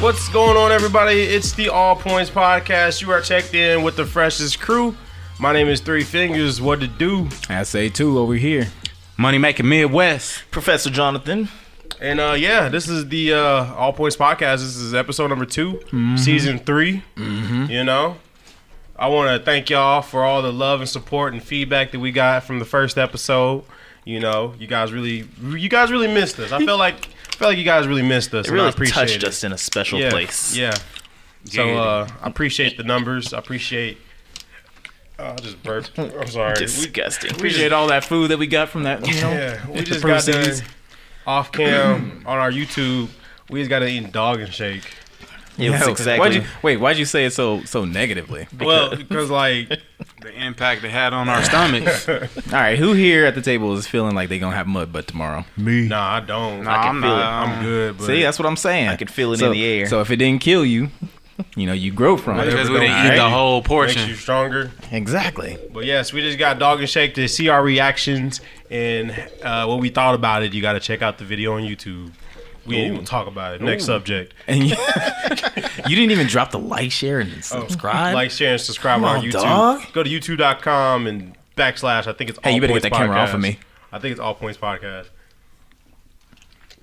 What's going on, everybody? It's the All Points Podcast. You are checked in with the freshest crew. My name is Three Fingers. What to do? I say two over here. Money making Midwest. Professor Jonathan. And uh, yeah, this is the uh, All Points Podcast. This is episode number 2 season 3 You know, I want to thank y'all for all the love and support and feedback that we got from the first episode. You know, you guys really, you guys really missed us. I feel like, I feel like you guys really missed us. It and I really appreciate touched it. us in a special yeah, place. Yeah. So uh, I appreciate the numbers. I appreciate. Oh, I just burped. I'm sorry. We, Disgusting. Appreciate all that food that we got from that. You know, yeah, we the just got done proceeds. off cam on our YouTube. We just got to eat dog and shake. It was Yo, exactly. Why'd you, wait, why'd you say it so so negatively? well, because like the impact it had on our stomachs. I All right, who here at the table is feeling like they gonna have mud butt tomorrow? Me. nah, I don't. I I can am feel it. not. am good, but See, that's what I'm saying. I could feel it in the air. So if it didn't kill you, you know you grow from it. because we didn't eat Alright. the whole makes you portion. stronger. Exactly. But yes, we just got dog and shake to see our reactions and uh, what we thought about it. You got to check out the video on YouTube. We didn't even talk about it. Next subject. And you, you didn't even drop the like, share, and subscribe. Oh, Like, share, and subscribe on, on, YouTube. dog. Go to youtube.com and backslash. I think it's all Hey, you better get points that camera off of Podcast. me. I think it's all points podcast.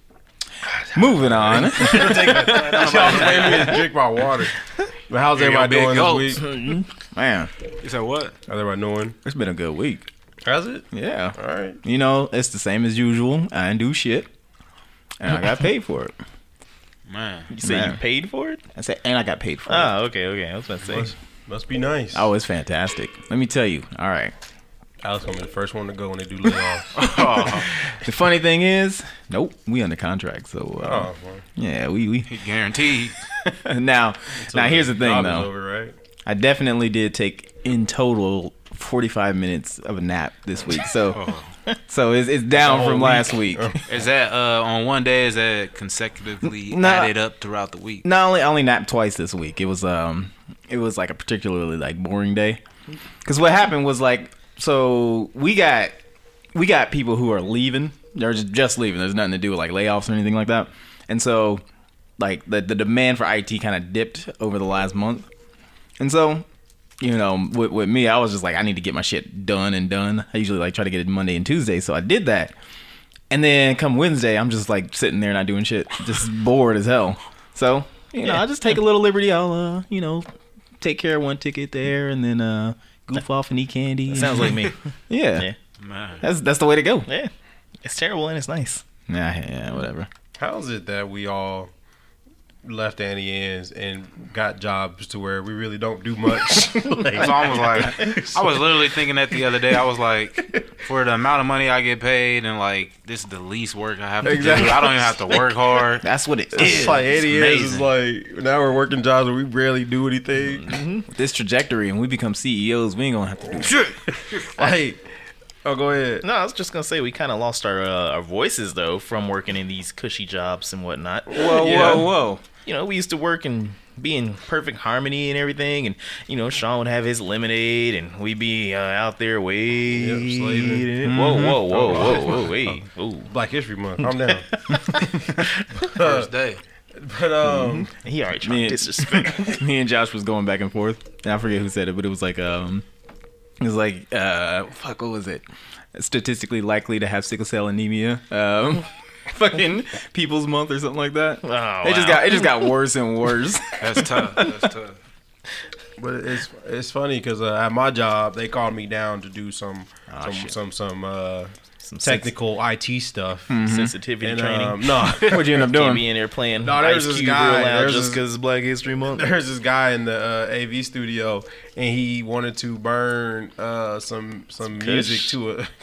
Moving on. Y'all just made me drink my water. But how's Here you everybody go, doing big this gulps. week? Man, You said what? How's everybody doing? it's been a good week. How's it? Yeah. All right. You know, it's the same as usual. I didn't do shit, and I got paid for it. Man. You said Man. you paid for it? I said, and I got paid for it. Oh, okay, okay. I was about to Must, say. must be nice. Oh, it's fantastic. Let me tell you. All right. Alex gonna be the first one to go when they do layoffs. The funny thing is, nope, we under contract. So uh, oh, well, yeah, we we He guaranteed. now now here's the thing job is though. over, right? I definitely did take in total 45 minutes of a nap this week. So Oh. so it's, it's down whole from last week. Is that uh, on one day? Is that consecutively Nah. added up throughout the week? Not only I only napped twice this week. It was um it was like a particularly like boring day. Cuz what happened was like so we got we got people who are leaving. They're just, just leaving. There's nothing to do with like layoffs or anything like that. And so like the the demand for IT kind of dipped over the last month. And so you know, with, with me, I was just like, I need to get my shit done and done. I usually like try to get it Monday and Tuesday, so I did that. And then come Wednesday, I'm just like sitting there not doing shit, just bored as hell. So you know, I just take a little liberty. I'll uh, you know, take care of one ticket there, and then uh, goof off and eat candy. Sounds like me. yeah, Yeah. Man. that's that's the way to go. Yeah. It's terrible and it's nice. Nah, yeah, whatever. How's it that we all left Annie Ann's and got jobs to where we really don't do much? It's almost like I was literally thinking that the other day. I was like, for the amount of money I get paid, and like this is the least work I have to Exactly. do. I don't even have to work hard. That's what it It's is. like Annie Ann's is amazing. like now we're working jobs where we barely do anything. This trajectory, and we become CEOs. We ain't gonna have to do. Shit. like, oh, go ahead. No, I was just going to say we kind of lost our uh, our voices, though, from working in these cushy jobs and whatnot. Whoa, Yeah. whoa, whoa! you know, we used to work and be in perfect harmony and everything, and you know, Sean would have his lemonade, and we'd be uh, out there waiting. slaving. Whoa, whoa, whoa, whoa, whoa, wait, ooh! Black History Month. Calm down. Uh, First day. but um, He already tried Man. to disrespect. me and Josh was going back and forth, and I forget who said it, but it was like um, it was like uh, fuck, what was it? Statistically likely to have sickle cell anemia. Um, fucking People's Month or something like that. Oh, wow. It just got it just got worse and worse. That's tough. That's tough. But it's it's funny because uh, at my job they called me down to do some some, some some uh, some technical IT stuff. Mm-hmm. sens- sensitivity And Mm-hmm. training. um, no, What'd you end up Can't doing? be in there playing No, there's Ice this Cube guy, real loud there's just this- because Black History Month. there's this guy in the uh, AV studio and he wanted to burn uh, some some music to a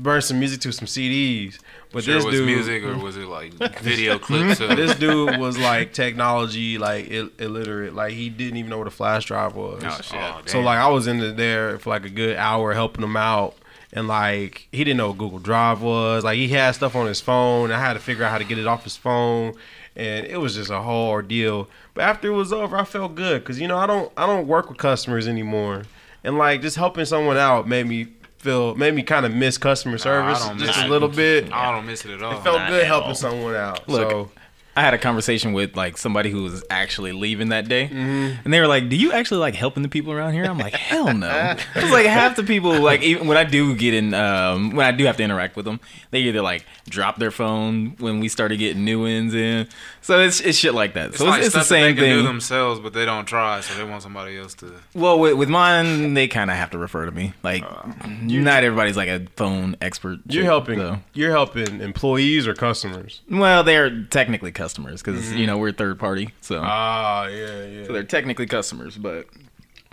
burn some music to some CDs. But Sure, this was dude, music or was it like video clips? Of, this dude was like technology like Ill- illiterate. Like he didn't even know what a flash drive was. Oh, shit. Oh, so damn. like I was in there for like a good hour helping him out. And like he didn't know what Google Drive was. Like he had stuff on his phone. I had to figure out how to get it off his phone. and it was just a whole ordeal. But after it was over, I felt good because you know I don't I don't work with customers anymore, and like just helping someone out made me feel made me kind of miss customer service don't just miss a it. little bit. I don't miss it at all. It felt Not good at helping all. someone out. Look, so I had a conversation with like somebody who was actually leaving that day, Mm-hmm. and they were like, "Do you actually like helping the people around here?" I'm like, "Hell no!" Because like half the people, like even when I do get in, um, when I do have to interact with them, they either like drop their phone when we started getting new ones in. So it's it's shit like that. it's so like it's, it's the stuff that same they can do thing. themselves, but they don't try, so they want somebody else to. Well, with, with mine, they kind of have to refer to me. Like, Uh, not everybody's like a phone expert. you're so- helping you're helping employees or customers. Well, they're technically customers because Mm-hmm. you know we're third party, so. Ah, yeah, yeah. So they're technically customers, but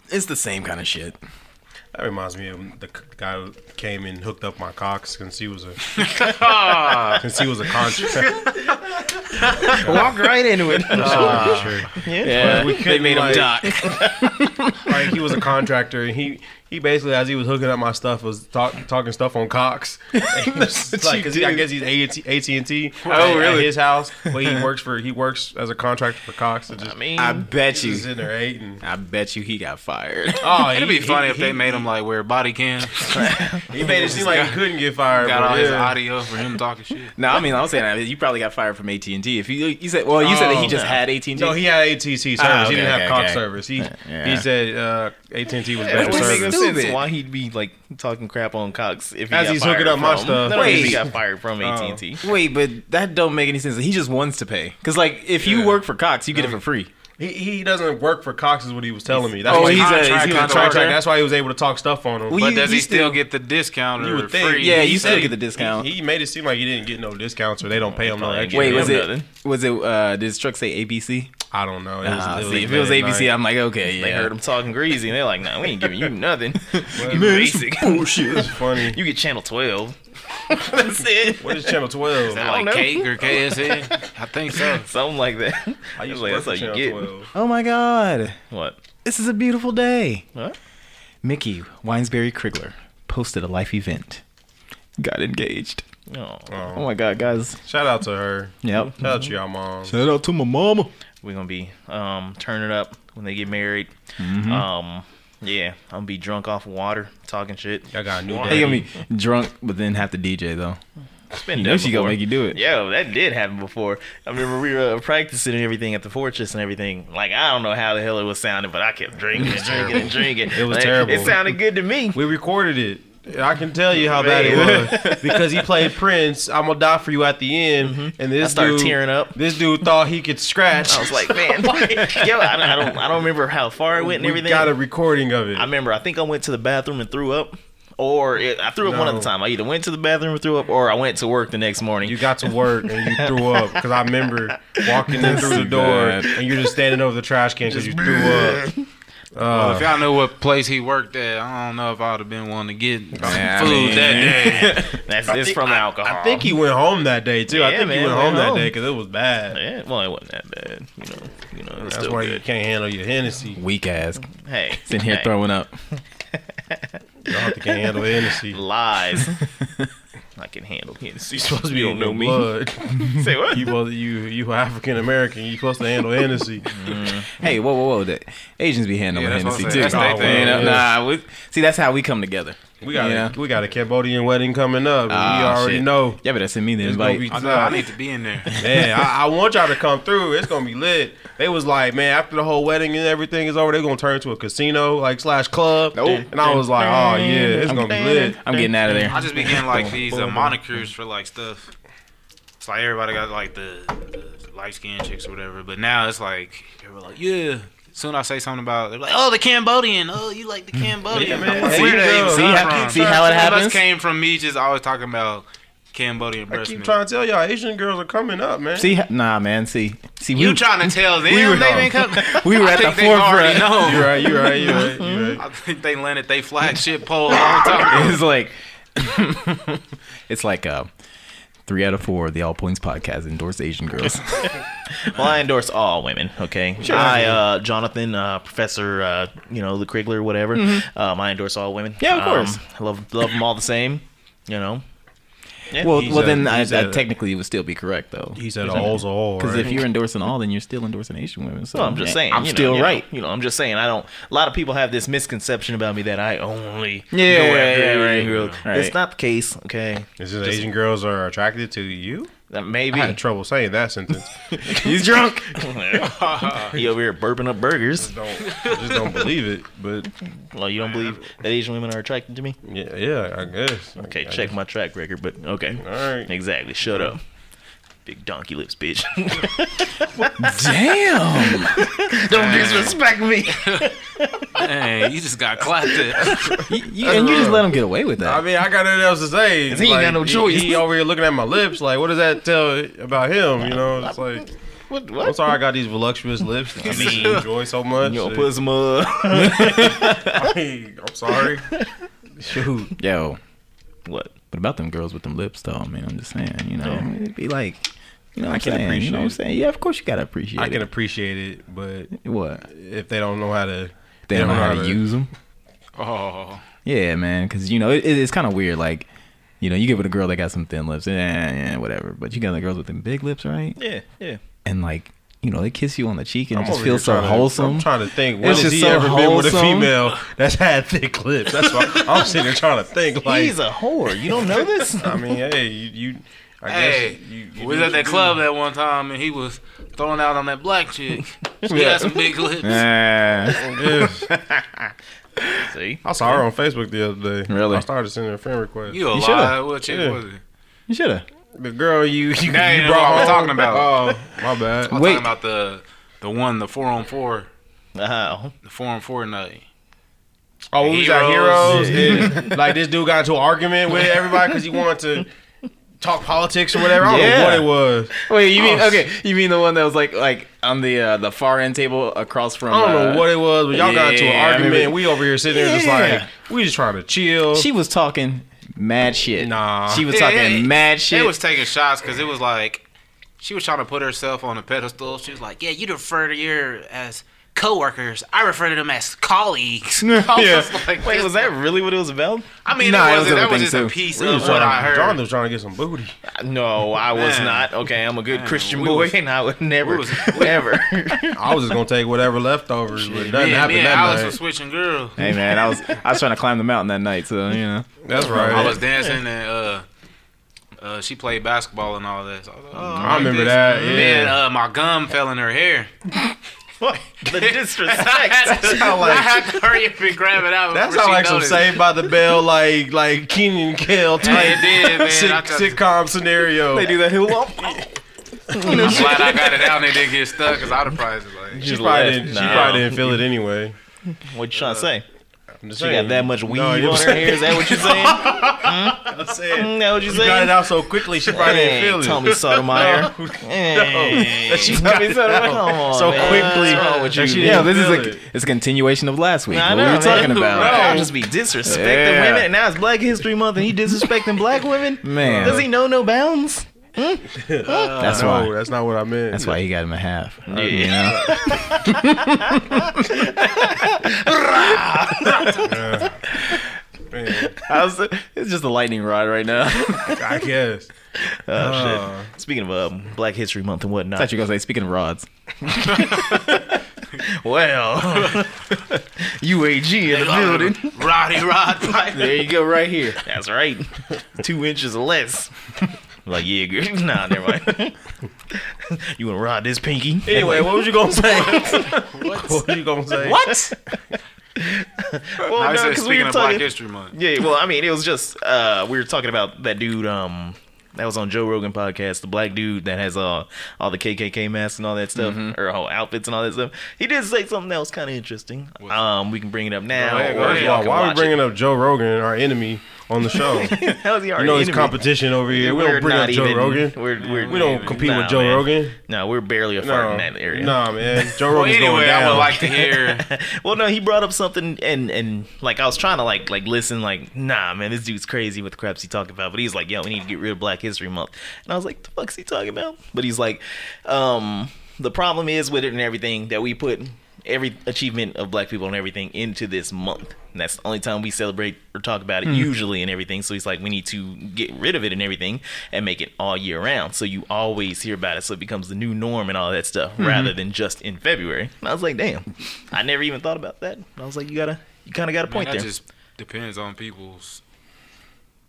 it's the same kind of shit. That reminds me of the c- guy who came and hooked up my cocks since he was a Ah, since he was a contract. Walk right into it. uh, Yeah, we they couldn't, made him like- dock. like he was a contractor and he he basically as he was hooking up my stuff was talk, talking stuff on cocks. And he was what like, you 'cause he- I do. guess he's AT and T. Oh really? his house, but he works for he works as a contractor for Cox. So just, I mean, I bet he's you. in there eating. I bet you he got fired. Oh, It'd be funny if they made him like wear body cam, He made it seem like he couldn't get fired. got but all his yeah. audio for him talking shit. no, I mean I'm saying that you probably got fired from AT and T. If you you said well you said that he Oh, just no. had AT and No, T. he had AT&T service. he Ah, okay, didn't okay, have Cox okay. service. He Yeah. he said uh, AT&T was that better would That's make service. no stupid. sense why he'd be like talking crap on Cox if he As got he's fired hooking up from, my stuff. No, if Wait. he got fired from AT and T. Wait, but that don't make any sense. He just wants to pay because like if you work for Cox, you get it for free. He, he doesn't work for Cox is what he was telling me. That's Oh, why he's a- contract- he's a contract- contractor? That's why he was able to talk stuff on him. But Well, But you- does you he still, still- get the discount or you would think, free? Yeah, he you still said get the discount. He, he made it seem like he didn't get no discounts or they don't pay him no Probably extra. get Wait, Yeah, was it nothing. was it uh, did his truck say ABC? I don't know. It was, Ah, it was see, if it was late at ABC, night. I'm like okay, yeah. They heard him talking greasy, and they're like, "Nah, we ain't giving you nothing. Well, you basic. It's funny. You get channel twelve. That's it. What is Channel 12? I don't like know. cake or KSA? I think so. Something like that. I used to Like, work that's for how you Channel get. 12. Oh my god, What? this is a beautiful day. What? Mickey Winesberry Krigler posted a life event. Got engaged. No. Oh Oh, my god, guys. shout out to her. Yep. Shout out to y'all, mom. Shout out to my mama. We're gonna be um turning up when they get married. Mm-hmm. Um, yeah, I'm gonna be drunk off water, talking shit. Y'all got a new They gonna daddy. be drunk, but then have to DJ though. It's been You done know she gonna before. make you do it. Yeah, that did happen before. I remember we were uh, practicing and everything at the fortress and everything. Like I don't know how the hell it was sounding, but I kept drinking and drinking and drinking. It was Like, terrible. It sounded good to me. We recorded it. I can tell you how bad it was because he played Prince. I'm gonna die for you at the end, and this Mm-hmm. I started dude, tearing up. This dude thought he could scratch. I was like, man, yo, I don't, I don't, I don't remember how far it went and we everything. got a recording of it. I remember. I think I went to the bathroom and threw up, or it, I threw up one No. other time. I either went to the bathroom and threw up, or I went to work the next morning. you got to work and you threw up because I remember walking in through the too door bad. and you're just standing over the trash can because you threw up. Uh, Well, if y'all know what place he worked at, I don't know if I'd have been willing to get food I mean- that day. That's it's from alcohol. I think he went home that day too. I Yeah, think he man, went went home that home. day because it was bad. Yeah, well, it wasn't that bad, you know. You know, it was That's still why you good. can't handle your Hennessy. Weak ass. Hey, Sitting here hey, throwing up. You don't can't handle Hennessy. lies. I can handle Hennessy. You supposed to be You don't know me. blood. Say what? You was you you African American. You supposed to handle Hennessy. Hey, whoa, whoa, whoa. The Asians be handling Yeah, that's what Hennessy I'm too. saying. That's their You know, thing. Nah, we, see that's how we come together. We got Yeah. a, we got a Cambodian wedding coming up. and we Ah, already shit. know. Yeah, but that's send me the It's gonna invite. be I know I need to be in there. Man, I, I want y'all to come through. It's gonna be lit. They was like, man, after the whole wedding and everything is over, they're gonna turn into a casino like slash club. Nope. And I was like, oh yeah, it's gonna be lit. I'm getting out of I there. just be getting like these uh, monikers for like stuff. It's like everybody got like the, the light skinned chicks or whatever, but now it's like they were like, yeah. Soon I say something about they're like, oh, the Cambodian. Oh, you like the Cambodian? Yeah, man. I'm like, See, Where the hell see come how- from? see how it Some of us happens? Came from me just always talking about Cambodian I breast keep milk. trying to tell y'all, Asian girls are coming up, man. See, nah, man. See, see, you we, trying to tell them were- they didn't come? we were I at the think they forefront. already know. you right, you right, you right, Mm-hmm. you right. I think they landed they flagship pole a long time. ago. it's like it's like uh, three out of four of the All Points podcast endorse Asian girls. Well, I endorse all women. Okay, I, uh, Jonathan, uh, Professor, uh, you know, the Krigler, whatever. Um, I endorse all women. Mm-hmm. Yeah, of Um, course. I love love them all the same. You know, Yeah. Well, He's well, a- then I, he's that a- technically would still be correct though. He said all's all. Because right? if you're endorsing all, then you're still endorsing Asian women. So Well, I'm just saying. I'm you know, still you know, right. you know, I'm just saying. I don't. A lot of people have this misconception about me that I only Yeah, go right, after right, Asian right, girls. right. It's not the case. Okay, Is it Asian girls are attracted to you? Uh, maybe I had trouble saying that sentence. He's drunk. he over here burping up burgers. don't, I just don't believe it. But Well, you don't believe that Asian women are attracted to me? yeah, yeah I guess. Okay, I check my track record. But okay, All right. exactly. Shut up. Big donkey lips, bitch. Damn. Don't disrespect me. Dang, you just got clapped at. You- you- and you just let him get away with I that. mean, I got nothing else to say. he ain't got no he- choice. He, over here looking at my lips. Like, what does that tell about him? You know, it's like What? I'm What? sorry I got these voluptuous lips. I mean, enjoy so much. You gonna put some uh, I'm sorry. Shoot. Yo, what? what about them girls with them lips though? I mean, I'm just saying. You know, it'd be like, you know, what I'm can saying. You know what I'm appreciate saying? Yeah, of course you gotta appreciate. I can it. appreciate it, but What? if they don't know how to, They don't know how to use them. Oh, Yeah, man, because you know it, it- it's kind of weird. Like, you know, you give it a girl that got some thin lips, eh, eh, whatever. But you got the girls with them big lips, right? Yeah, yeah. And like, you know, they kiss you on the cheek and I'm it just over here feels so trying to- wholesome. I'm trying to think. When It's has just he so ever been with a wholesome. female that's had thick lips? That's why I'm sitting there trying to think. Like, He's a whore. You don't know this? I mean, hey, you, you I hey, guess you, you we was do at that you club that one time and he was throwing out on that black chick. She Yeah. had some big lips. Ah. do. Yeah. See, I saw her on Facebook the other day. Really? I started sending her friend requests. You a You lie? shoulda. What chick Yeah. was it? you should have. the girl you you, That ain't you what brought we're home. talking about. Oh, my bad. I'm Wait. talking about the the one, the four on four, wow. the four on four night. Oh, we was at Heroes. Heroes, and like this dude got into an argument with everybody because he wanted to talk politics or whatever. I don't Yeah. know what it was. Wait, you mean Oh, okay? You mean the one that was like like on the uh, the far end table across from? I don't uh, know what it was, but y'all got into yeah, I an argument. remember- and we over here sitting there just Yeah. like we just trying to chill. She was talking mad shit. Nah. she was Yeah, talking yeah, mad They shit. was taking shots because it was like she was trying to put herself on a pedestal. She was like, "Yeah, you refer to your as coworkers. I refer to them as colleagues." I was Yeah. just like, Wait, this- was that really what it was about? I mean, Nah, it it wasn't, was that was everything just too. a piece We was of what I trying, heard. John was trying to get some booty. No, I was Man. not. Okay, I'm a good Christian we boy, was- and I would never, we was- ever. I was just gonna take whatever leftovers, but nothing me, and- happened me and that Alex night. was switching girls. hey man, I was I was trying to climb the mountain that night, so you know. That's right. I was dancing and uh, uh, she played basketball and all that. So I, was like, oh, I like Mm, remember this. that, And Then yeah. uh, my gum fell in her hair. the I had disrespect. to- how, like- I had to hurry up and grab it out. That's before how she like some noticed. Saved by the Bell, like like Keenan Kale Yeah, it type did, man. sit- I thought- sitcom scenario. They do that hill up. I'm glad I got it out and it didn't get stuck because I'd have probably just like. She Just probably, left. didn't, she Nah. probably didn't feel it anyway. What you trying to say? I'm just She saying. got that much weed No, you're on her hair? Is that what you saying? I'm saying. Mm, that what you She got it saying? out so quickly, she probably Hey, didn't feel it. Tommy Sotomayor. Hey. That she got it out Come on, so man. quickly. What's wrong with that you? she didn't Yeah, this is feel a it. it's a continuation of last week. I what know, we were man. talking about. I'll just be disrespecting Yeah. women, and now it's Black History Month, and he disrespecting black women. Man. does he know no bounds? That's no, why. that's not what I meant. That's why he got him a half. Yeah. Man, I was, it's just a lightning rod right now. I I guess. Uh, Oh shit! Speaking of um, Black History Month and whatnot, thought you were gonna say. Speaking of rods, well, UAG in the building. Roddy Rod Piper. there you go, right here. That's right. Two inches or less. like, yeah, girl. Nah, never mind. you wanna ride this pinky? Anyway, what was you gonna say? what was you gonna say? What? Well, I no, said, 'cause speaking we were of talking. Black History Month. yeah, well, I mean, it was just uh, we were talking about that dude. Um, that was on Joe Rogan podcast. The black dude that has uh, all the KKK masks and all that stuff, Mm-hmm. or whole outfits and all that stuff. He did say something that was kind of interesting. Um, we can bring it up now. ahead, go or ahead. y'all Why, can why are we watch it. bringing up Joe Rogan, our enemy, on the show? you That was the know already it's enemy. competition over here. We We're don't bring not up Joe even- Rogan. We're, we're, We don't compete nah, with Joe man. Rogan. No, we're barely a fart No, in that area. nah, man. Joe Well, Rogan's going anyway, down. I would like to hear. well, no, he brought up something, and and like I was trying to like like listen, like nah, man, this dude's crazy with the craps he talking about. But he's like, yo, we need to get rid of Black History Month, and I was like, the fuck's he talking about? But he's like, um, the problem is with it and everything that we put every achievement of black people and everything into this month. And that's the only time we celebrate or talk about it Mm. usually and everything. So he's like, we need to get rid of it and everything and make it all year round. So you always hear about it. So it becomes the new norm and all that stuff Mm-hmm. rather than just in February. And I was like, damn, I never even thought about that. I was like, you gotta, you kind of got a Man, point that there. just depends on people's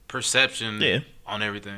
perception Yeah. on everything.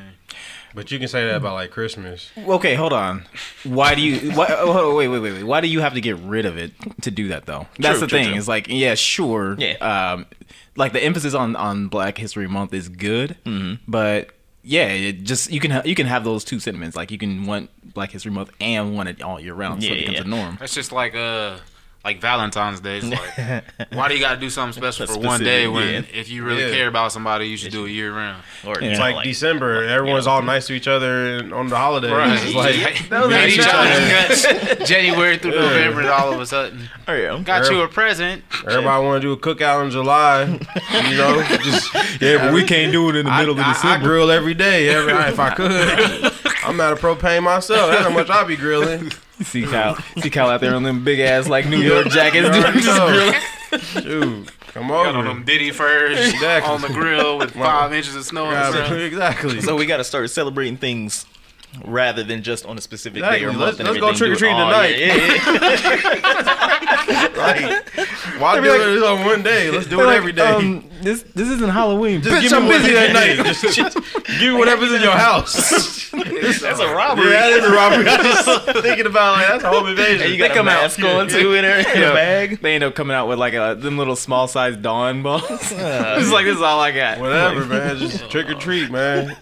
But you can say that about like Christmas. Okay, hold on. Why do you? Why, oh, wait, wait, wait, wait. Why do you have to get rid of it to do that though? That's the True, true, thing. true. It's like, yeah, sure. Yeah. Um, like the emphasis on on Black History Month is good, Mm-hmm. but yeah, it just you can ha- you can have those two sentiments. Like you can want Black History Month and want it all year round, so Yeah, it becomes yeah. a norm. That's just like uh like Valentine's Day. It's like why do you gotta do something special for one day Specific, when yeah. if you really Yeah. care about somebody you should do it year round. or Yeah. you know, It's like, December. Everyone's all nice to each other and- on the holidays. It's like Those we ain't hate each other. other's guts. January through November, and all of a sudden, Oh, yeah. got you a present. Everybody want to do a cookout in July. You know, just Yeah, but we can't do it in the I, I, I grill every day. Every if I could, I'm out of propane myself. That's how much I be grilling. see Kyle, see Kyle out there on them big ass like New York jackets. You already Just know. grilling. Shoot, come Got on them on. Diddy furs Exactly. on the grill with five inches of snow. on the ground. Exactly. So we got to start celebrating things rather than just on a specific day or Exactly. month. Let's- and let's go everything. Oh, Do it trick-or-treating all tonight. year. Yeah, yeah, Why do it on one day? Let's do it every day. Um, this this isn't Halloween. just bitch, give me I'm busy that that night. night. Just, just give me whatever's in your house. yeah, yeah. That's a robbery. that is a robbery. I'm just thinking about like that's a home invasion. And you got They a come out mask on too in her in Yeah. a bag. They end up coming out with like a them little small size Dawn balls. it's like this is all I got. Whatever, man. Just trick or treat, man.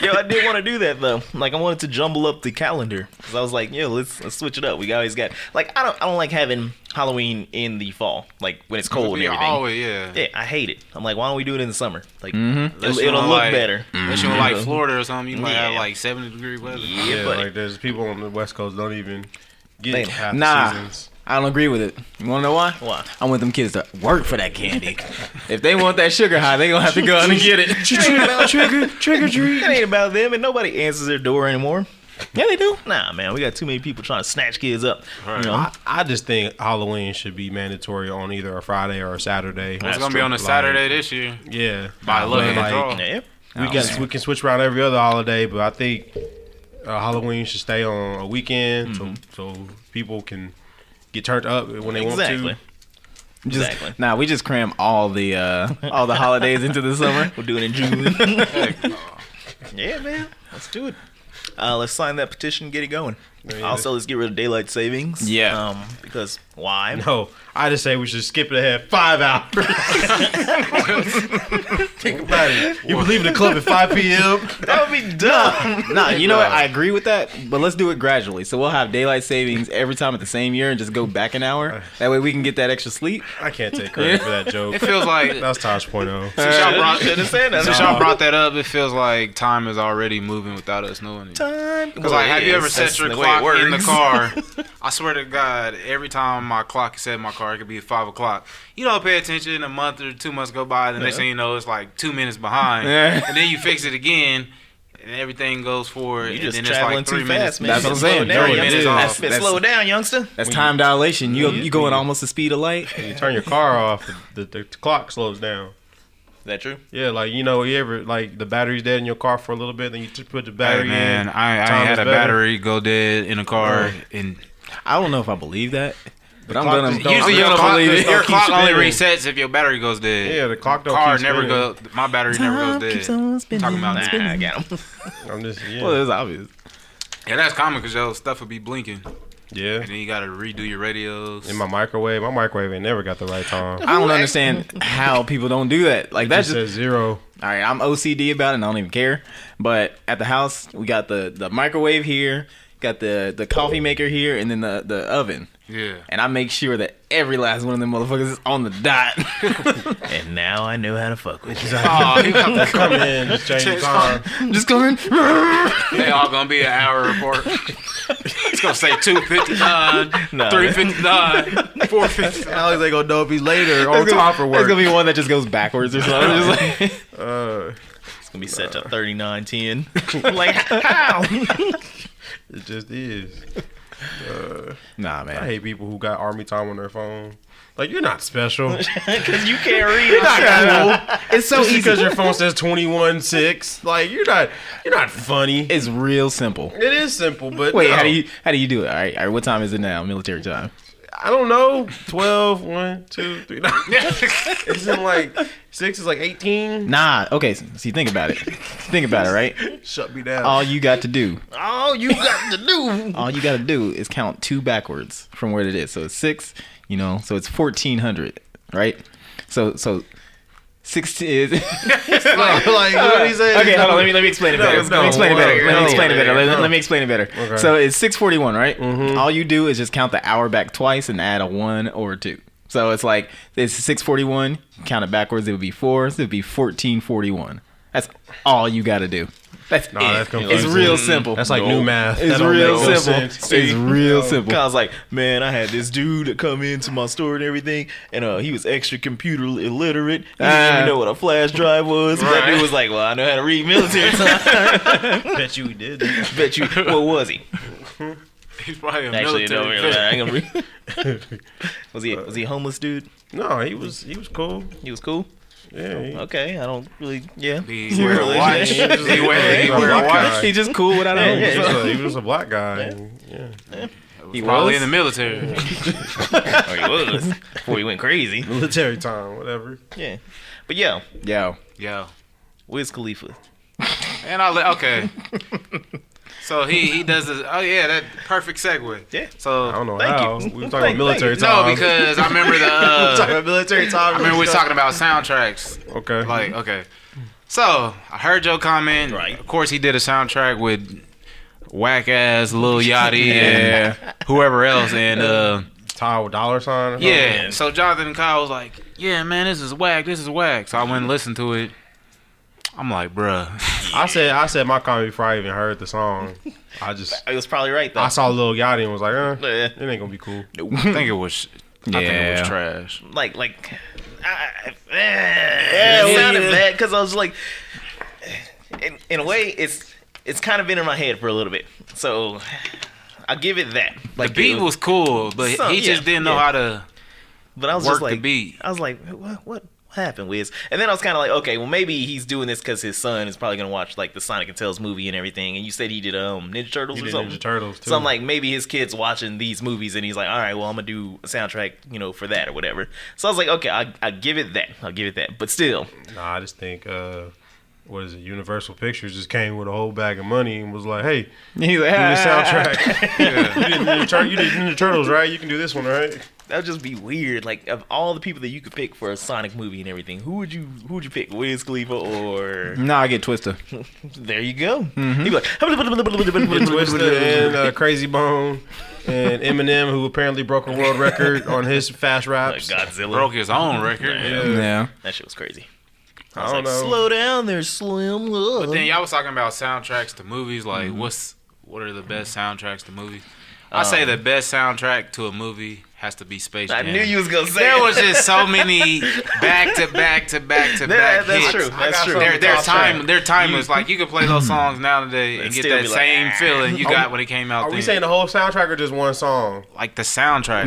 Yo, I did want to do that though. Like I wanted to jumble up the calendar because I was like, yo, let's let's switch it up. We always got like I don't I don't like having Halloween in the fall, like when it's cold and We everything. always, yeah. yeah, I hate it. I'm like, why don't we do it in the summer? Like Mm-hmm. Unless it'll, you it'll in, look like- better. Mm. Mm-hmm. Unless you're in like Florida or something, you might have Yeah. like 70 degree weather. Yeah, Yeah, buddy. like there's people on the West Coast don't even They- get half the Nah. seasons. I don't agree with it. You wanna know why? Why? I want them kids to work for that candy. if they want that sugar high, they gonna have to go out and get it. trigger, trigger treat. It ain't about them, and nobody answers their door anymore. Yeah, they do. Nah, man, we got too many people trying to snatch kids up. You know? I, I just think Halloween should be mandatory on either a Friday or a Saturday. It's gonna be on a Saturday this year. Yeah. By But, luck and like, draw. Yeah. we can we can switch around every other holiday, but I think uh, Halloween should stay on a weekend so, so people can get turned up when they Exactly. want Just, Exactly. Nah, we just cram all the uh, all the holidays into the summer. We'll do it in June. Heck no. yeah, man. Let's do it. Uh, let's sign that petition. Get it going. Yeah. Also, let's get rid of daylight savings. Yeah. Um, because why? to. No, I just say we should skip it ahead five hours. Think about it. You were leaving the club at 5 p.m. That would be dumb. Nah, you know what? I agree with that, but let's do it gradually. So we'll have daylight savings every time at the same year and just go back an hour. That way we can get that extra sleep. I can't take credit for that joke. It feels like That's Tosh point oh. since y'all brought, Should have said that. since y'all brought that up, it feels like time is already moving without us knowing it. time. Cause like, have you ever set your clock in the car? I swear to God, every time my clock is set in my car, it could be five o'clock. You don't pay attention. A month or two months go by. The next thing you know, it's like two minutes behind, Yeah. and then you fix it again, and everything goes forward. You and just then it's traveling like three too minutes. fast, man. That's You what been I'm saying. slowing down, No, it youngster. is That's off. been That's- slow down, youngster. That's time dilation. You you going almost the speed of light. You turn your car off, the, the, the clock slows down. Is that true? Yeah, like you know, you ever like the battery's dead in your car for a little bit, then you just put the Hey, battery man, in. I, I ain't Time is had a better. battery go dead in a car, and I don't know if I believe that, but I'm clock gonna. just don't- usually Usually your your clock, clock your just don't clock keep only spinning. resets if your battery goes dead. Yeah, the clock don't car keep never spinning. go. My battery never goes dead. Talking about that. Nah, I got him. I'm just yeah, Well, it's obvious. Yeah, that's common because your stuff would be blinking, yeah. and then you gotta redo your radios. In my microwave, my microwave ain't never got the right time. I don't understand how people don't do that. Like That that's says just zero. all right. I'm OCD about it. and I don't even care. But at the house, we got the the microwave here, got the the coffee maker here, and then the the oven. yeah. And I make sure that every last one of them motherfuckers is on the dot. And now I know how to fuck with you. Oh, you got Come in, just change the Change time. just coming. the- they all gonna be an hour report. It's gonna say two fifty nine, Nah. three fifty nine, four fifty. Alex ain't gonna know if he's later on gonna, time for there's work. gonna be one that just goes backwards or something. Just like- uh, It's gonna be set to thirty nine ten. Like how? it just is. Nah, man. I hate people who got army time on their phone. Like you're not special. Because you can't read. It's so Just because easy. your phone says twenty one six, like you're not you're not funny. It's real simple. It is simple, but Wait, no. how do you how do you do it? All right, all right. What time is it now? Military time. I don't know. 12, 1, 2, 3. No. it's in like six is like eighteen. Nah. Okay. So, see, think about it. think about it. Right. Shut me down. All you got to do. All you got to do. All you got to do is count two backwards from where it is. So it's six. You know. So it's fourteen hundred. Right. So so. 16 is like, like what did he say? okay hold on let me let me explain it No, better let no, me explain it better let no, me explain it better no. let, let me explain it better Okay. Mm-hmm. so it's 641 right all you do is just count the hour back twice and add a one or a two so it's like it's 641 count it backwards it would be four so it would be 1441 that's all you got to do that's Nah, it. that's it's confusing. real simple That's like new math. That it's don't real make no simple sense. Oh, it's See? real simple I was like, man, I had this dude that come into my store and everything, and uh, he was extra computer illiterate. He didn't Ah. even know what a flash drive was. That Right. dude was like, well, I know how to read military time. bet you he did. Bet you, what was he? He's probably a Actually, no, military. really, I ain't gonna read. was he? Was he a homeless dude? No, he was he was cool. He was cool. Yeah. he- Okay, I don't really. Yeah. He wear a Really? watch. He wear he Yeah. wear a watch. Yeah. he just cool without a He Yeah. was a, he was a black guy. and- Yeah. he Probably was in the military. Or he was before he went crazy. Military time, whatever. Yeah. But yeah, yo Yo. Wiz Khalifa. And I let okay. So he he does this. Oh yeah, that perfect segue. Yeah. I So don't know Thank how. you. We were talking about Thank- military thank time. no, because I remember the we were talking uh, about military time. I remember we was talking about soundtracks. Okay. Like okay, so I heard your comment. Right. Of course, he did a soundtrack with whack ass Lil Yachty and whoever else and. uh Ty with dollar sign. or something? Yeah. So Jonathan and Kyle was like, "Yeah, man, this is whack. This is whack." So I went and listened to it. I'm like, "Bruh, I said I said my comment before I even heard the song. I just I was probably right though. I saw Lil Yachty and was like, eh, Yeah. it ain't gonna be cool. I think it was, I think it Yeah. was trash." like like I, I- eh, it sounded bad because I was like, in, in a way, it's it's kind of been in my head for a little bit, so I'll give it that. Like The beat it was cool, but Some- he just yeah, didn't know yeah. how to. but I was work just the like, beat. I was like, what what happened, Wiz? And then I was kind of like, okay, well maybe he's doing this because his son is probably gonna watch like the Sonic and Tails movie and everything. And you said he did um Ninja Turtles He or did something. Ninja Turtles too. So I'm like, maybe his kid's watching these movies and he's like, all right, well, I'm going to do a soundtrack, you know, for that or whatever. So I was like, okay, I, I give it that. I'll give it that. But still, Nah, I just think uh, what is it? Universal Pictures just came with a whole bag of money and was like, hey, he's do the like ah. soundtrack. you, did Ninja Tur- you did Ninja Turtles, right? You can do this one, right? that would just be weird. Like, of all the people that you could pick for a Sonic movie and everything, who would you who would you pick? Wiz Khalifa or... nah I get twisted There you go. Mm-hmm. He'd be like... Twisted and uh, Crazy Bone and Eminem, who apparently broke a world record on his fast Like raps. Godzilla. Broke his own record. Yeah. yeah That shit was crazy. I I was don't like, know. slow down there, Slim. But then y'all was talking about soundtracks to movies. Like, what's what are the best soundtracks to movies? I say the best soundtrack to a movie has to be Space I Jam. knew you was going to say There it. was just so many back to back to back to That- back. that's hits. true. I That's got true. something Their, their Top time, ten. their time was like you could play those songs nowadays and And get still that be like, same "Ah." feeling you got when it came out. Are we then. saying the whole soundtrack or just one song? like the soundtrack,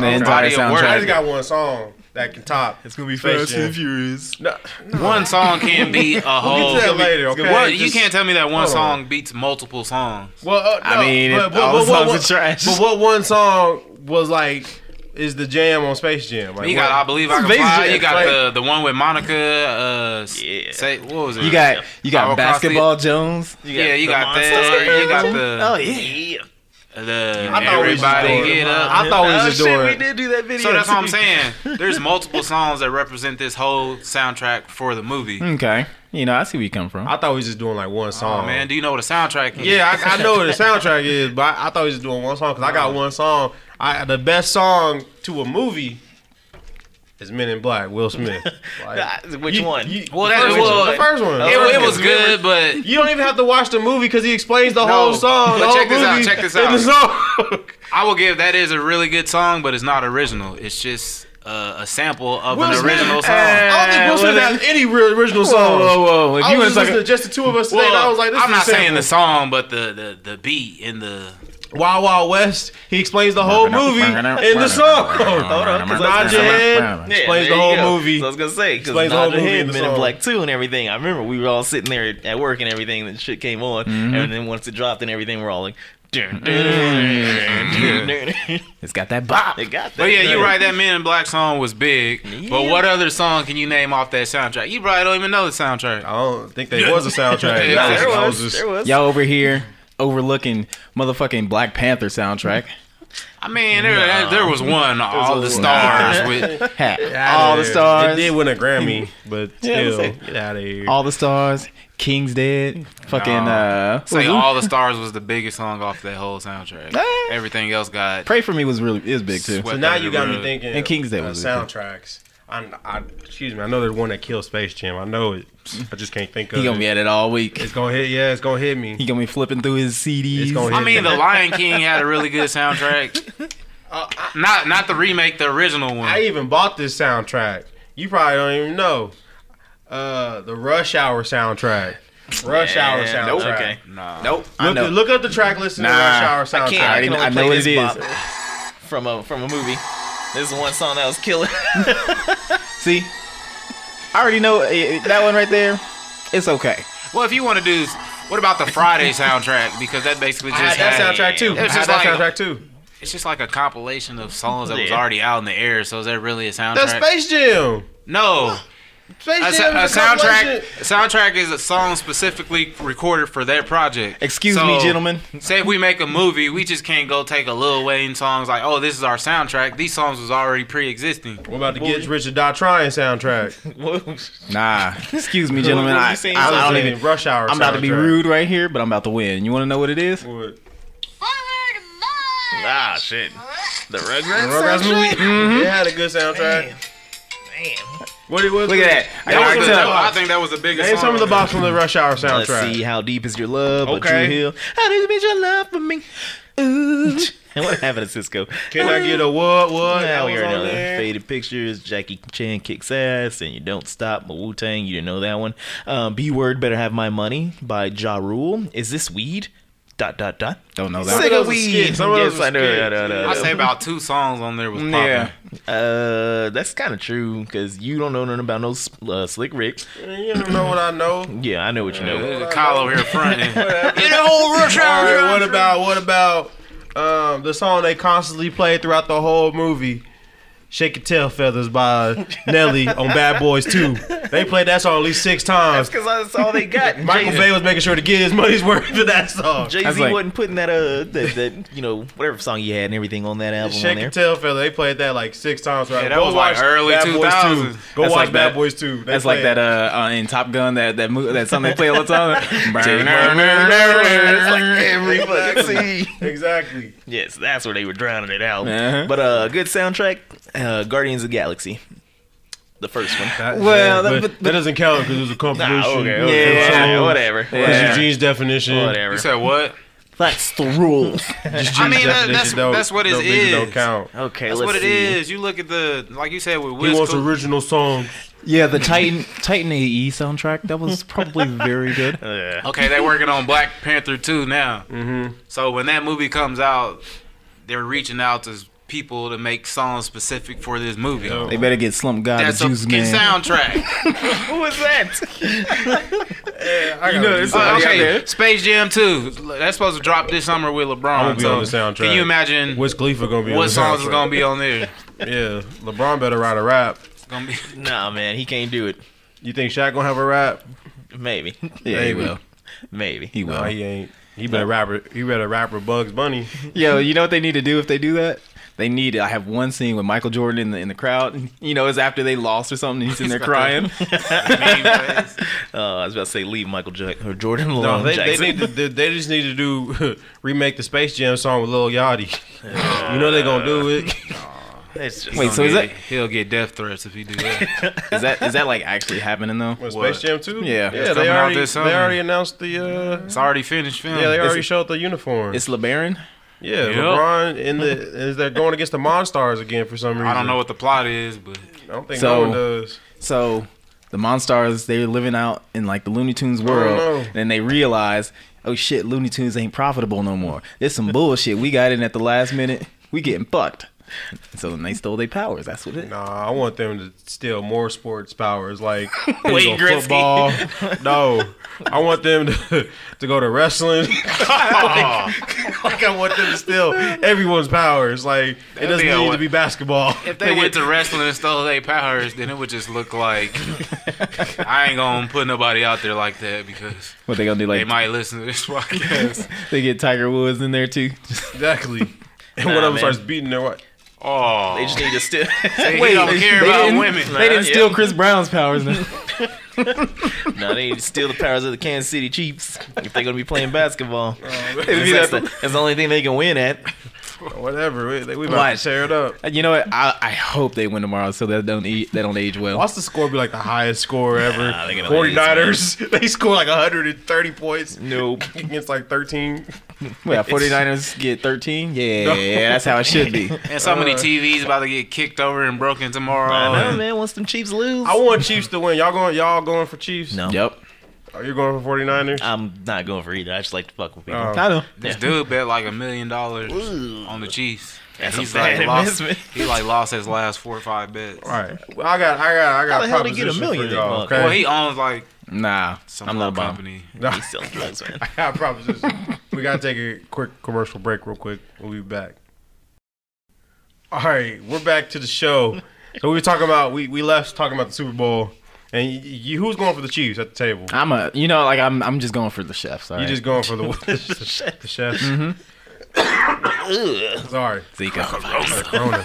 The the entire body of work. I soundtrack. just got one song that can top. It's going to be Space Fast Jam. and Furious. No, no. One song can't beat a We'll whole. get to that later, okay? What- you Just- can't tell me that hold one on. song beats multiple songs. Well, uh, I no, mean, but, it- but- all but the what- songs what- are trash. But what one song was like is the jam on Space Jam? Like, You what- got I Believe I Can Space Fly. Jam, You got right. the, the one with Monica. Uh, Yeah. yeah. Say, what was it? you got you I got will cross the- basketball Jones yeah, you the got Monsters that. You got oh the, yeah the I thought we was just Everybody doing- Get Up. I thought we was Oh, just shit, doing. we did do that video. so that's what I'm too. saying. There's multiple songs that represent this whole soundtrack for the movie. Hmm. Okay. You know, I see where you come from. I thought we was just doing like one song, Oh man, do you know what a soundtrack is? Yeah, I, I know what the soundtrack is, but I, I thought we was just doing one song because I got one song. I the best song to a movie is Men in Black, Will Smith. Like, Nah, Which you- one? you- Well, the that- first one, well, the first one. It, it was Because good, but You don't even have to watch the movie because he explains the No, whole song. but the whole check this out, movie check this In out. the song. I will give that is a really good song, but it's not original. It's just uh, a sample of Will an Smith- original song. I don't think Will Smith has any real original songs. whoa, whoa, whoa. If I you was just want to talk listening to just the two of us today, Well, and I was like, this I'm is not saying simple. the song, but the, the, the beat and the Wild Wild West. He explains the whole movie in the song. Hold on, 'cause I was Nod your gonna say- head. Explains there the you whole go. movie. So I was gonna say because Explains the whole movie in the Men in song. Black Two and everything. I remember we were all sitting there at work and everything. And shit came on, and then once it dropped and everything, we're all like, dun, dun, dun, dun, dun. It's got that bop. they got that. But Oh, yeah, you're right. That Men in Black song was big. But what other song can you name off that soundtrack? You probably don't even know the soundtrack. I don't think there was a soundtrack. Yeah, I was- There I was, was just- there was. Y'all over here overlooking motherfucking Black Panther soundtrack. I mean, there, there was one. All the stars with Hat. All the stars. It did win a Grammy, but Yeah, still, that's get out of here. All the stars. King's dead. Fucking Nah. uh say who- All the Stars was the biggest song off that whole soundtrack. Ah. Everything else got Pray for me was really is big too. so Sweat. now you got me thinking. And King's Day uh, was it, too. soundtracks. I'm, I, excuse me. I know there's one that killed Space Jam. I know it. I just can't think of. He gonna it. be at it all week. It's gonna hit. Yeah, it's gonna hit me. He gonna be flipping through his CDs. It's gonna I mean, The Lion King had a really good soundtrack. Not not the remake, the original one. Uh, I even bought this soundtrack. You probably don't even know. Uh, the Rush Hour soundtrack. Rush Hour soundtrack. Yeah, nope. Okay. Okay. nah. nope. I Look, know. look up the track list in the Nah, Rush Hour soundtrack. I can't. I, I can only know play what this it is. bop from a from a movie. This is one song that was killer. See, I already know eh, eh, that one right there. It's okay. Well, if you want to do, what about the Friday soundtrack? Because that basically just I had that had- soundtrack too. It's I had just that like- soundtrack too. It's just like a compilation of songs that was Yeah. already out in the air. So is that really a soundtrack? That's Space Jam. no, Space a, Jam a is a soundtrack. compilation. Soundtrack is a song specifically recorded for that project. Excuse So, me, gentlemen. Say if we make a movie, we just can't go take a Lil Wayne songs like, oh, this is our soundtrack. These songs was already pre-existing. What about the Get Rich or Die Trying soundtrack? Whoa. Nah. Excuse me, gentlemen. What were you I, saying? I I don't was even. even Rush Hour. I'm about to soundtrack. be rude right here, but I'm about to win. You want to know what it is? What? Forward Ah, shit. The The Rugrats. Rugrats movie. It had a good soundtrack. Damn. What it was? Look at that. I That got was to the- tell. I think that was the biggest. Name some of the song. box from the Rush Hour Let's soundtrack. see. How deep is your love? by Okay. Drew Hill. How deep is your love for me? Ooh. and what happened to Cisco? Can I get a what? What? That Now we was already on know that. there. Faded Pictures, Jackie Chan kicks ass, and you don't stop. But Wu Tang, you didn't know that one. Um, B word, better have my money by Ja Rule. Is this weed? Dot dot dot. Don't know Some that. of Sick those of are weed. skits. Some of Yes, those I are know, skits. I know, I know. I say about two songs on there was popping. Yeah. Uh, that's kind of true because you don't know nothing about no uh, Slick Rick. You don't know what I know. Yeah, I know what you Uh, know. There's a Kyle over here fronting. Get a whole rush hour. All right, what about what about um, the song they constantly played throughout the whole movie? Shake your tail feathers by Nelly on Bad Boys 2. They played that song at least six times. Because that's all they got. Michael Bay was making sure to get his money's worth for that song. Jay That's Z like- wasn't putting that uh that, that you know whatever song he had and everything on that album on Shake there. your tail feather. They played that like six times. Right? Yeah, that was, like, early 2000s. Go That's watch like Bad that- Boys 2. They That's like played- that uh, uh in Top Gun that that mo- that song they play all the time. It's like every fucking scene. Exactly. Yes, that's where they were drowning it out. Uh-huh. But uh, good soundtrack, uh, Guardians of the Galaxy, the first one. That, yeah, Well, that- but, but- that doesn't count because it was a compilation. Nah, okay, okay, Yeah. yeah, So, whatever, That's Yeah. whatever, Eugene's definition. whatever. You said what? That's the rule. Eugene's I mean, definition that- that's- don't- that's what it don't- these Don't is. count. Okay, That's let's what it see. is. You look at the like you said with He Wiz. wants Khal- original songs. yeah, the Titan Titan AE soundtrack that was probably very good. Uh, okay, they're working on Black Panther 2 now. Mm-hmm. So when that movie comes out, they're reaching out to people to make songs specific for this movie. They better get Slump God That's the a Juice fucking Man. soundtrack. Uh, who was that? You know, it's Somebody Uh, out okay, there. Space Jam 2. That's supposed to drop this summer with LeBron. gonna be so on the soundtrack. Can you imagine Wiz Khalifa gonna be on what the songs is soundtrack. gonna be on there? Yeah, LeBron better write a rap. It's gonna be nah, man, he can't do it. You think Shaq gonna have a rap? Maybe, Yeah, he Baby. will. maybe. He will. No, he ain't. He better rapper. He better rapper Bugs Bunny. Yo, you know what they need to do if they do that? They need to have one scene with Michael Jordan in the in the crowd. You know, it's after they lost or something. And he's in there crying. mean, Uh, I was about to say leave Michael Jack or Jordan No, alone. they, they Jackson. need to. They, they just need to do remake the Space Jam song with Lil Yachty. you know they gonna do it. It's just Wait, so is gonna that get- he'll get death threats if he do that? is that is that like actually happening though? What, What? Space Jam too. Yeah. It's yeah. They coming out already. this They summer. already announced the. Uh, It's already finished film. yeah, they already It's- showed the uniform. It's LeBaron. Yeah, Yep. LeBron in the is they're going against the Monstars again for some reason. I don't know what the plot is, but I don't think So- no one does. Oh, So the Monstars they're living out in like the Looney Tunes world, no. and they realize, oh shit, Looney Tunes ain't profitable no more. There's some bullshit. We got in at the last minute. We getting fucked. So then they stole their powers. That's what it is. Nah, I want them to steal more sports powers, like they can Wayne go Gretzky. football. No, I want them to, to go to wrestling. like, like I want them to steal everyone's powers. Like it doesn't be a need wa- to be basketball. If they went to wrestling and stole their powers, then it would just look like I ain't gonna put nobody out there like that because What they gonna do? they Like might listen to this podcast. they get Tiger Woods in there too. Exactly. And Nah, one of them man. starts beating their wife. Oh, They just need to still. They don't care about didn't, women. They didn't Yeah. steal Chris Brown's powers. No. no, they need to steal the powers of the Kansas City Chiefs if they're gonna be playing basketball. that's, the, that's the only thing they can win at. Whatever. We, we about Watch. to tear it up. you know what? I, I hope they win tomorrow so that don't e- that don't age well. What's the score? Be like the highest score ever. they're gonna lose, 49ers. They score like 130 points Nope. against like 13. Well, 49ers get 13. Yeah, yeah, that's how it should be. and so many TVs about to get kicked over and broken tomorrow. I know, And Oh, man. Once them Chiefs lose, I want Chiefs to win. Y'all going? Y'all going for Chiefs? No. Yep. Are you going for 49ers? I'm not going for either. I just like to fuck with people. Oh. I know. This dude bet like a million dollars on the Chiefs. And That's a he's bad like lost, investment. he like lost his last four or five bets. All right. Well, I got. I got. I got. How the hell they get a proposition million for y'all, then, okay? Well, he owns like Nah, some I'm little not buying. company. No, He's selling drugs, man. I got a proposition. we gotta take a quick commercial break, real quick. We'll be back. All right, we're back to the show. So we were talking about we, we left talking about the Super Bowl, and you, you who's going for the Chiefs at the table? I'm a, you know, like I'm, I'm just going for the chefs. All You right. just going for the the chefs. Sorry, Zika. Corona.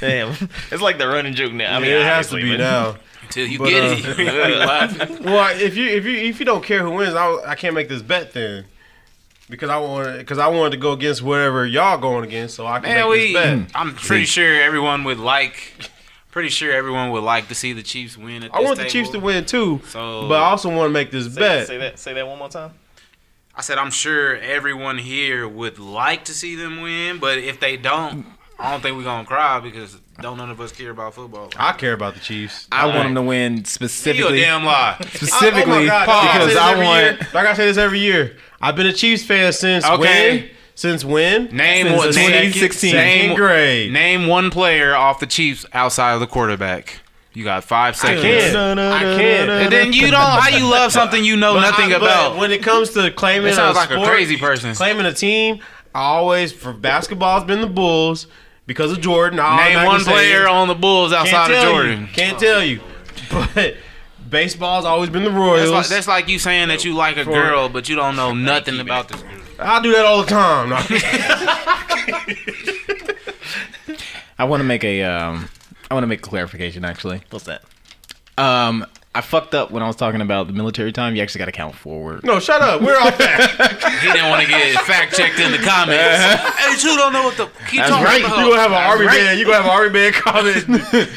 Damn, it's like the running joke now. I mean, it has to obviously, be but- now. Until you But, get uh, it, you really laughing. Well, if you if you if you don't care who wins, I, I can't make this bet then because I wanted because I wanted to go against whatever y'all going against, so I can Man, make we, Mm. this bet. I'm pretty sure everyone would like, pretty sure everyone would like to see the Chiefs win. At I this want the table. Chiefs to win too, So- but I also want to make this Say, bet. say that. Say that one more time. I said I'm sure everyone here would like to see them win, but if they don't, I don't think we're gonna cry because don't none of us care about football. I care about the Chiefs. I want them to win you a specifically, damn lie. I- oh my specifically God, like say because this I every want. year. like I say this every year. I've been a Chiefs fan since Okay. when? Since when? Name Since one. the Name, 2016. Second name, grade. name one player off the Chiefs outside of the quarterback. You got five I seconds. can't. I can't. And then you don't. How you love something you know But nothing I- but about? when it comes to claiming It sounds a like a sport, crazy person. claiming a team. I always for basketball has been the Bulls because of Jordan. I Name automatically one say player it. on the Bulls Can't outside of tell Jordan. You. Can't tell you. But baseball's always been the That's Royals. like, that's like you saying that you like a girl, but you don't know nothing about this girl. I do that all the time. No. I want to make a, um, I want to make a clarification actually. What's that? Um, I fucked up when I was talking about the military time. You actually got to count forward. no, shut up. We're off that. He didn't want to get fact checked in the comments. hey, you don't know what the he That's talking right. about. You gonna have an army right. man. You gonna have an army man comment.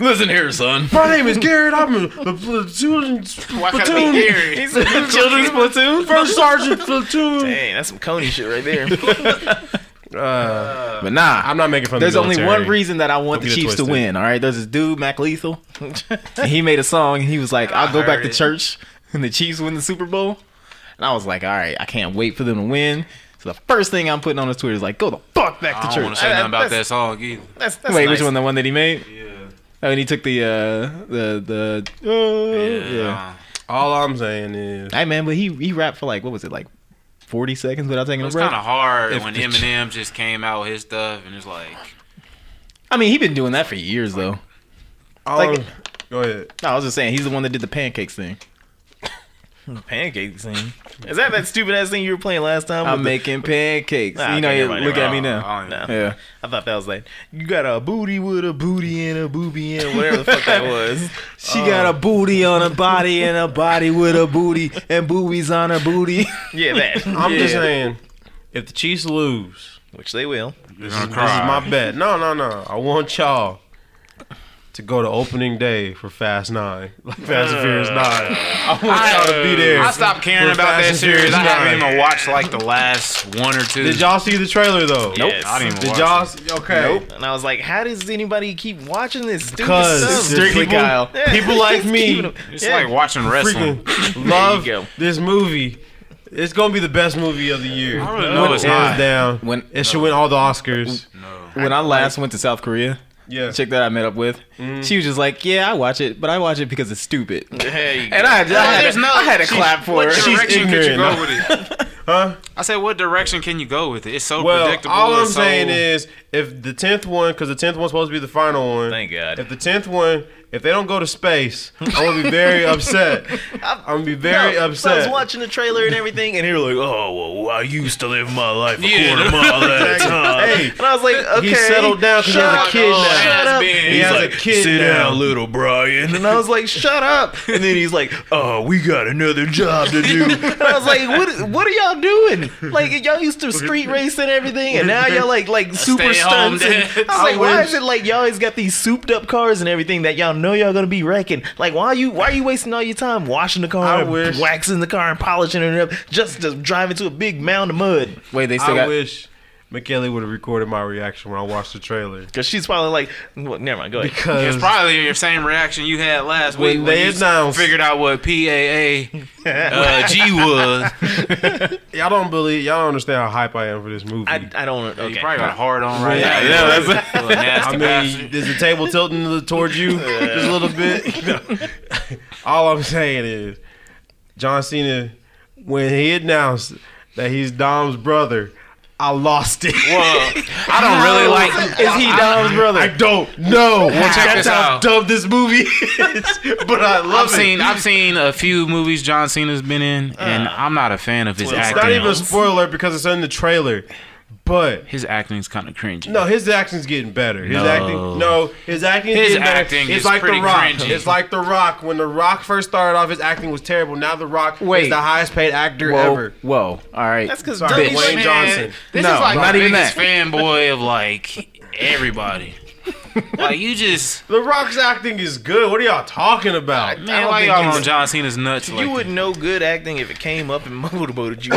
Listen here, son. My name is Garrett. I'm a, a platoon Why can't platoon we hear it? Children's platoon. first sergeant platoon. Dang, that's some Coney shit right there. But nah, I'm not making fun. There's of the only military. one reason that I want Don't the get it Chiefs to twisted. win. All right, there's this dude Mac Lethal. and he made a song and he was like, "I'll go back heard to it. church and the Chiefs win the Super Bowl." And I was like, "All right, I can't wait for them to win." So the first thing I'm putting on his Twitter is like, "Go the fuck back I to don't want church." to say I- nothing about that's- that song either. That's, that's wait, nice. which one? The one that he made? Yeah, I mean, he took the uh, the the. yeah. Uh, yeah. All I'm saying is, Hey man, but he he rapped for like what was it like, forty seconds without taking It a was break. kind of hard If when the- Eminem just came out with his stuff and it's like, I mean, he been doing that for years though. all Like- I'm- go ahead. No, I was just saying he's the one that did the pancakes thing. Pancake thing. Is that that stupid ass thing you were playing last time? I'm with the- making pancakes. Nah, you know, okay, you never mind, look never at me mind. now. I don't know. Yeah. I thought that was like you got a booty with a booty and a boobie and whatever the fuck that was. She got a booty on a body and a body with a booty and boobies on her booty. Yeah, that. I'm just Yeah. saying, if the Chiefs lose, Which they will. you're gonna This is cry. my bet. No, no, no. I want y'all to go to opening day for Fast Nine, like Fast and Furious Nine. I want y'all to be there. Uh. I stopped caring for about Fast that and series. Furious I haven't Nine. even watched like the last one or two. Did y'all see the trailer though? Nope. Yes. I didn't even Did watch y'all? it. Okay. And I was like, how does anybody keep watching this stupid Because stuff? Strictly people, Kyle. people like me It's like watching wrestling. freaking love go. this movie. It's gonna be the best movie of the year. I really know it's hands not. down. When- it should win all the Oscars. When I last went to South Korea, Yeah. the chick that I met up with, Mm. she was just like, "Yeah, I watch it, but I watch it because it's stupid." There you go. And I, had- I, had, there's to, no- I had to clap for her. What she's direction could you ignorant. go with it? Huh? I said, what direction can you go with it? It's so Well, predictable. all I'm it's so- saying is, if the tenth one, because the tenth one's supposed to be the final one. Thank God. If the tenth one, if they don't go to space, I'm gonna be very upset. I'm gonna be very No, So I was upset. watching the trailer and everything, and they were like, "Oh, well, I used to live my life a Yeah. quarter mile at a time." Hey. and I was like, "Okay." He settled down because he has a shut kid up, now. Shut up. He He's has a like, kid "Sit now." down, little Brian." And I was like, "Shut up!" And then he's like, "Oh, we got another job to do." And I was like, "What? What are y'all doing? Like, y'all used to street race and everything, and now y'all like like super stay-home stunts." And dad. I was like, "Why wish- is it like y'all always got these souped up cars and everything that y'all know y'all gonna be wrecking? Like, why are you why are you wasting all your time washing the car?" I car, wish- waxing the car and polishing it up just to drive into a big mound of mud. Wait, they still I got. wish McKelly would have recorded my reaction when I watched the trailer. Because she's probably like, well, never mind, go ahead. Because It's probably your same reaction you had last When week they when you announced- figured out what PAA uh, G was. y'all don't believe, y'all don't understand how hype I am for this movie. I, I, I don't. You Okay. probably got a hard on right Yeah, now. yeah, You that's- little nasty mean, bastard. is the table tilting li- towards you just a little bit? No. All I'm saying is, John Cena, when he announced that he's Dom's brother, I lost it. Well, I don't really like. Is he Dom's brother? I don't know. check That's this how out. dumb this movie is, but I love I've it. seen I've seen a few movies John Cena's been in, and I'm not a fan of his Uh, it's acting. not even a spoiler because it's in the trailer, but his acting's kind of cringy. No, his acting's getting better. His No. acting, no, his acting. His getting better. acting it's is like pretty the Rock. cringy. It's like the Rock. When the Rock first started off, his acting was terrible. Now the Rock is Wait. the highest paid actor Whoa, ever. whoa! All right, That's because Sorry, Dudley Wayne Wayne Johnson. This No, is like not the even biggest that. fanboy of like everybody. like you just The Rock's acting is good. What are y'all talking about? man, don't why think y'all it's- on John Cena's nuts? like You that? would know good acting if it came up and motivated you.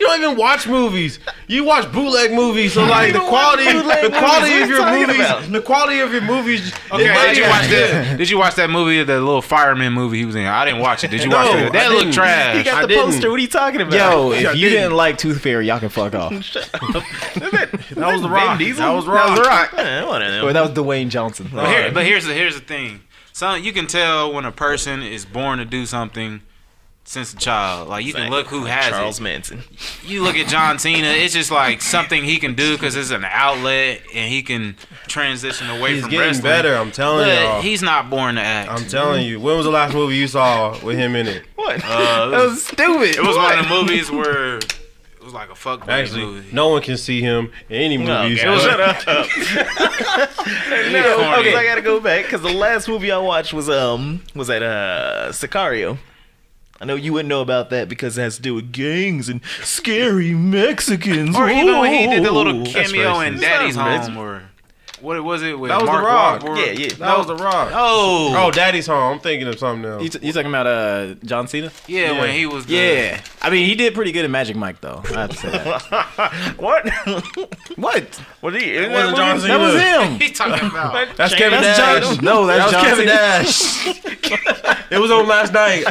You don't even watch movies. You watch bootleg movies. So like the don't watch quality, bootleg the movies. quality What of you your talking movies, about? the quality of your movies. Okay, might did you not watch be good. that? Did you watch that movie, the little fireman movie he was in? I didn't watch it. Did you No, watch it? I That looked didn't. he trash. I got the didn't. poster. What are you talking about? yo, if Yeah, you didn't- didn't. like Tooth Fairy, y'all can fuck off. Wait, That was the Rock. Diesel? That was That was Rock. The Rock. Eh, whatever. that was Dwayne Johnson. Uh, But, here, but here's the here's the thing. So you can tell when a person is born to do something since a child. Like you can Exactly. look who has Charles it. Manson. You look at John Cena. It's just like something he can do because it's an outlet and he can transition away He's from getting wrestling. better. I'm telling But y'all. he's not born to act. I'm telling you. When was the last movie you saw with him in it? What? Uh, That it was, was stupid. it was one of the movies where it was like a fuck buddy Actually, movie. no one can see him in any Oh, movies. God. but- Shut up. It's no, corny. okay. I gotta go back because the last movie I watched was um was that uh Sicario. I know you wouldn't know about that because it has to do with gangs and scary Mexicans. Or even when he did the little Ooh. cameo in racist. Daddy's That's Home, or what was it with That was The Mark Rock. Wahlberg? Yeah, yeah. That was The Rock. Oh, Oh, Daddy's home. I'm thinking of something else. You, t- you talking about uh John Cena? yeah, yeah. when he was the, Yeah, I mean he did pretty good in Magic Mike though. I have to say that. what? what? what he? That wasn't John Cena. That was him. He talking about That's Kevin That's Dash. John. No, that that's was John Kevin Cena. Dash. it was on last night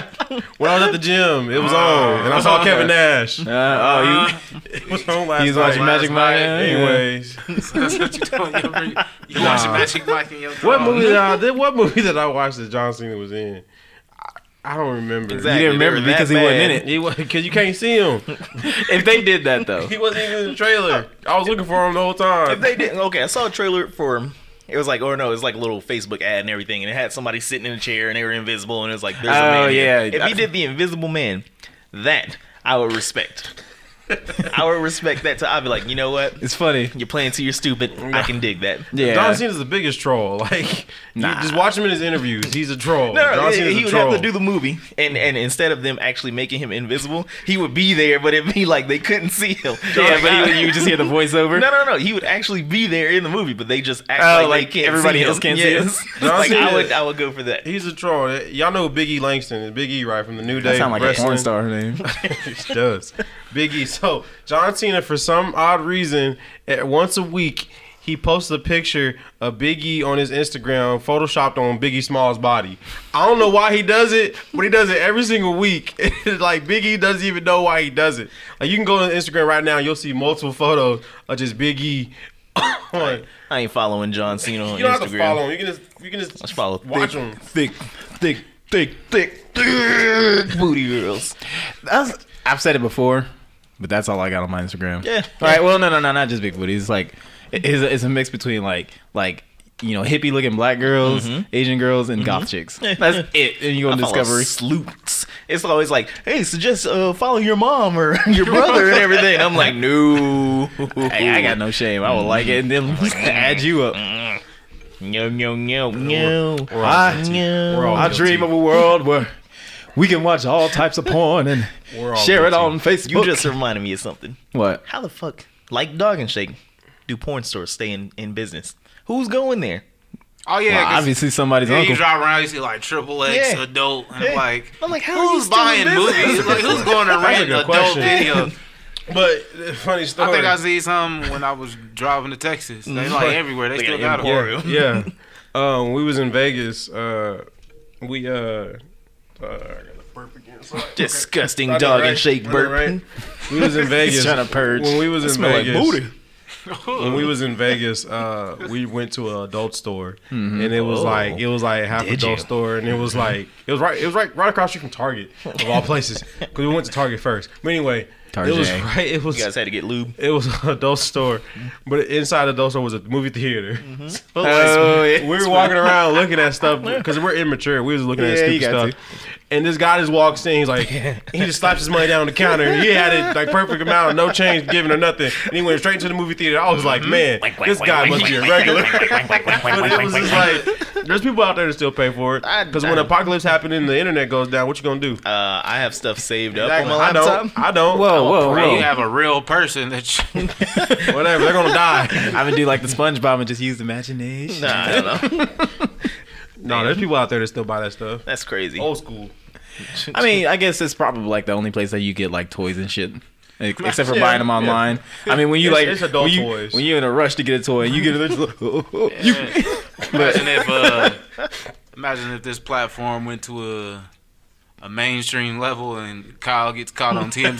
when I was at the gym. It was on, and I saw Kevin Nash. It Uh, oh, you. was on last He's night. watching Magic Mike. night. Anyways, that's what you doing. You, you watch Magic Mike in your what car. movie did I? Did, what movie did I watch that John Cena was in? I, I don't remember. Exactly. You didn't They were remember that because he wasn't in bad. it. He because you can't see him. If they did that though, He wasn't even in the trailer. I was looking for him the whole If time. they didn't, okay, I saw a trailer for. It was like, or no, it was like a little Facebook ad and everything, and it had somebody sitting in a chair, and they were invisible, and it was like, there's a Oh, man. yeah. here. If he did the Invisible Man, that I would respect. I would respect that. To I'd be like, you know what? It's funny. You're playing to your stupid. I can dig that. Yeah. John Cena's the biggest troll. Like, you Nah. just watch him in his interviews. He's a troll. No, no, John Cena's he a would troll. have to do the movie, and and instead of them actually making him invisible, he would be there, but it'd be like they couldn't see him. yeah, but you, you just hear the voiceover. No, no, no. He would actually be there in the movie, but they just act Oh, like, like they can't everybody see else him. can't see yes. us? No, I like see I that. would, I would go for that. He's a troll. Y'all know Big E Langston, Big E, right from the New Day. That sound like a wrestling. porn star name. It does. Big E. So John Cena, for some odd reason, at once a week, he posts a picture of Big E on his Instagram, photoshopped on Biggie Small's body. I don't know why he does it, but he does it every single week. like Big E doesn't even know why he does it. Like you can go on Instagram right now, and you'll see multiple photos of just Big E. on. I ain't following John Cena on You don't Instagram. have to follow him. You can just you can just Let's follow watch Thick. him. Thick, thick, thick, thick. Booty girls. That's, I've said it before, but that's all I got on my Instagram. Yeah. All right. Well, no, no, no, not just big booty. It's like it- it's a, it's a mix between like like you know hippie looking black girls, Asian girls, and goth chicks. That's it. And you go on I follow Discovery. sleuths. It's always like, hey, suggest uh, follow your mom or your brother and everything. I'm like, no. Hey, I got no shame. I would like it, and then add you up. No, no, no, no. I, We're all I guilty. dream of a world where we can watch all types of porn and We're all share it guilty. on Facebook. You just reminded me of something. what? How the fuck, like Dog and Shake, do porn stores stay in, in business? Who's going there? Oh yeah, Well, 'cause- obviously somebody's Yeah, you uncle. drive around, you see like triple X, Yeah. adult, and Yeah. I'm like, I'm like, how are you who's still in buying business? movies? Like, who's going to a rent good adult question. video? But uh, funny story. I think I see some when I was driving to Texas. They like everywhere. They They still got got an them. emporium. yeah. Uh, when we was in Vegas, uh, we uh, uh, I gotta burp again. Sorry. Disgusting I did dog right. and shake I did burp. right. We was in Vegas. tryna purge. When we was in smell like Vegas, booty. when we was in Vegas, uh, we went to an adult store, and it was like it was like half Mm-hmm. Oh. Did adult you? store, and it was like it was right it was right right across the street from Target of all places because we went to Target first. But anyway, it was Target. right. It was You guys had to get lube. it was an adult store, but inside the adult store was a movie theater. Mm-hmm. So, like, Oh, yeah. We were walking around looking at stuff because we're immature. We was looking at Yeah, you stupid got stuff. And this guy just walks in. He's like, he just slaps his money down on the counter. He had it like perfect amount, no change given or nothing. And he went straight to the movie theater. I was Mm-hmm. like, man, this guy must be a regular. but it was just like, there's people out there that still pay for it. Because when apocalypse happened and the internet goes down, what you gonna do? Uh, I have stuff saved up Exactly. on my I laptop. don't. I don't. Whoa, whoa, Bro, you whoa! have a real person that you, Oh, Whatever. They're gonna die. I would do like the SpongeBob and just use imagination. Nah, I don't know. No, there's people out there that still buy that stuff. That's crazy. Old school. I mean, I guess it's probably like the only place that you get like toys and shit. Ex- Except for Yeah, buying them yeah. online. I mean, when you It's- like it's adult when, you, toys. when you're in a rush to get a toy, you get it. it's like, oh, oh, you- imagine if uh, imagine if this platform went to a a mainstream level and Kyle gets caught on TMZ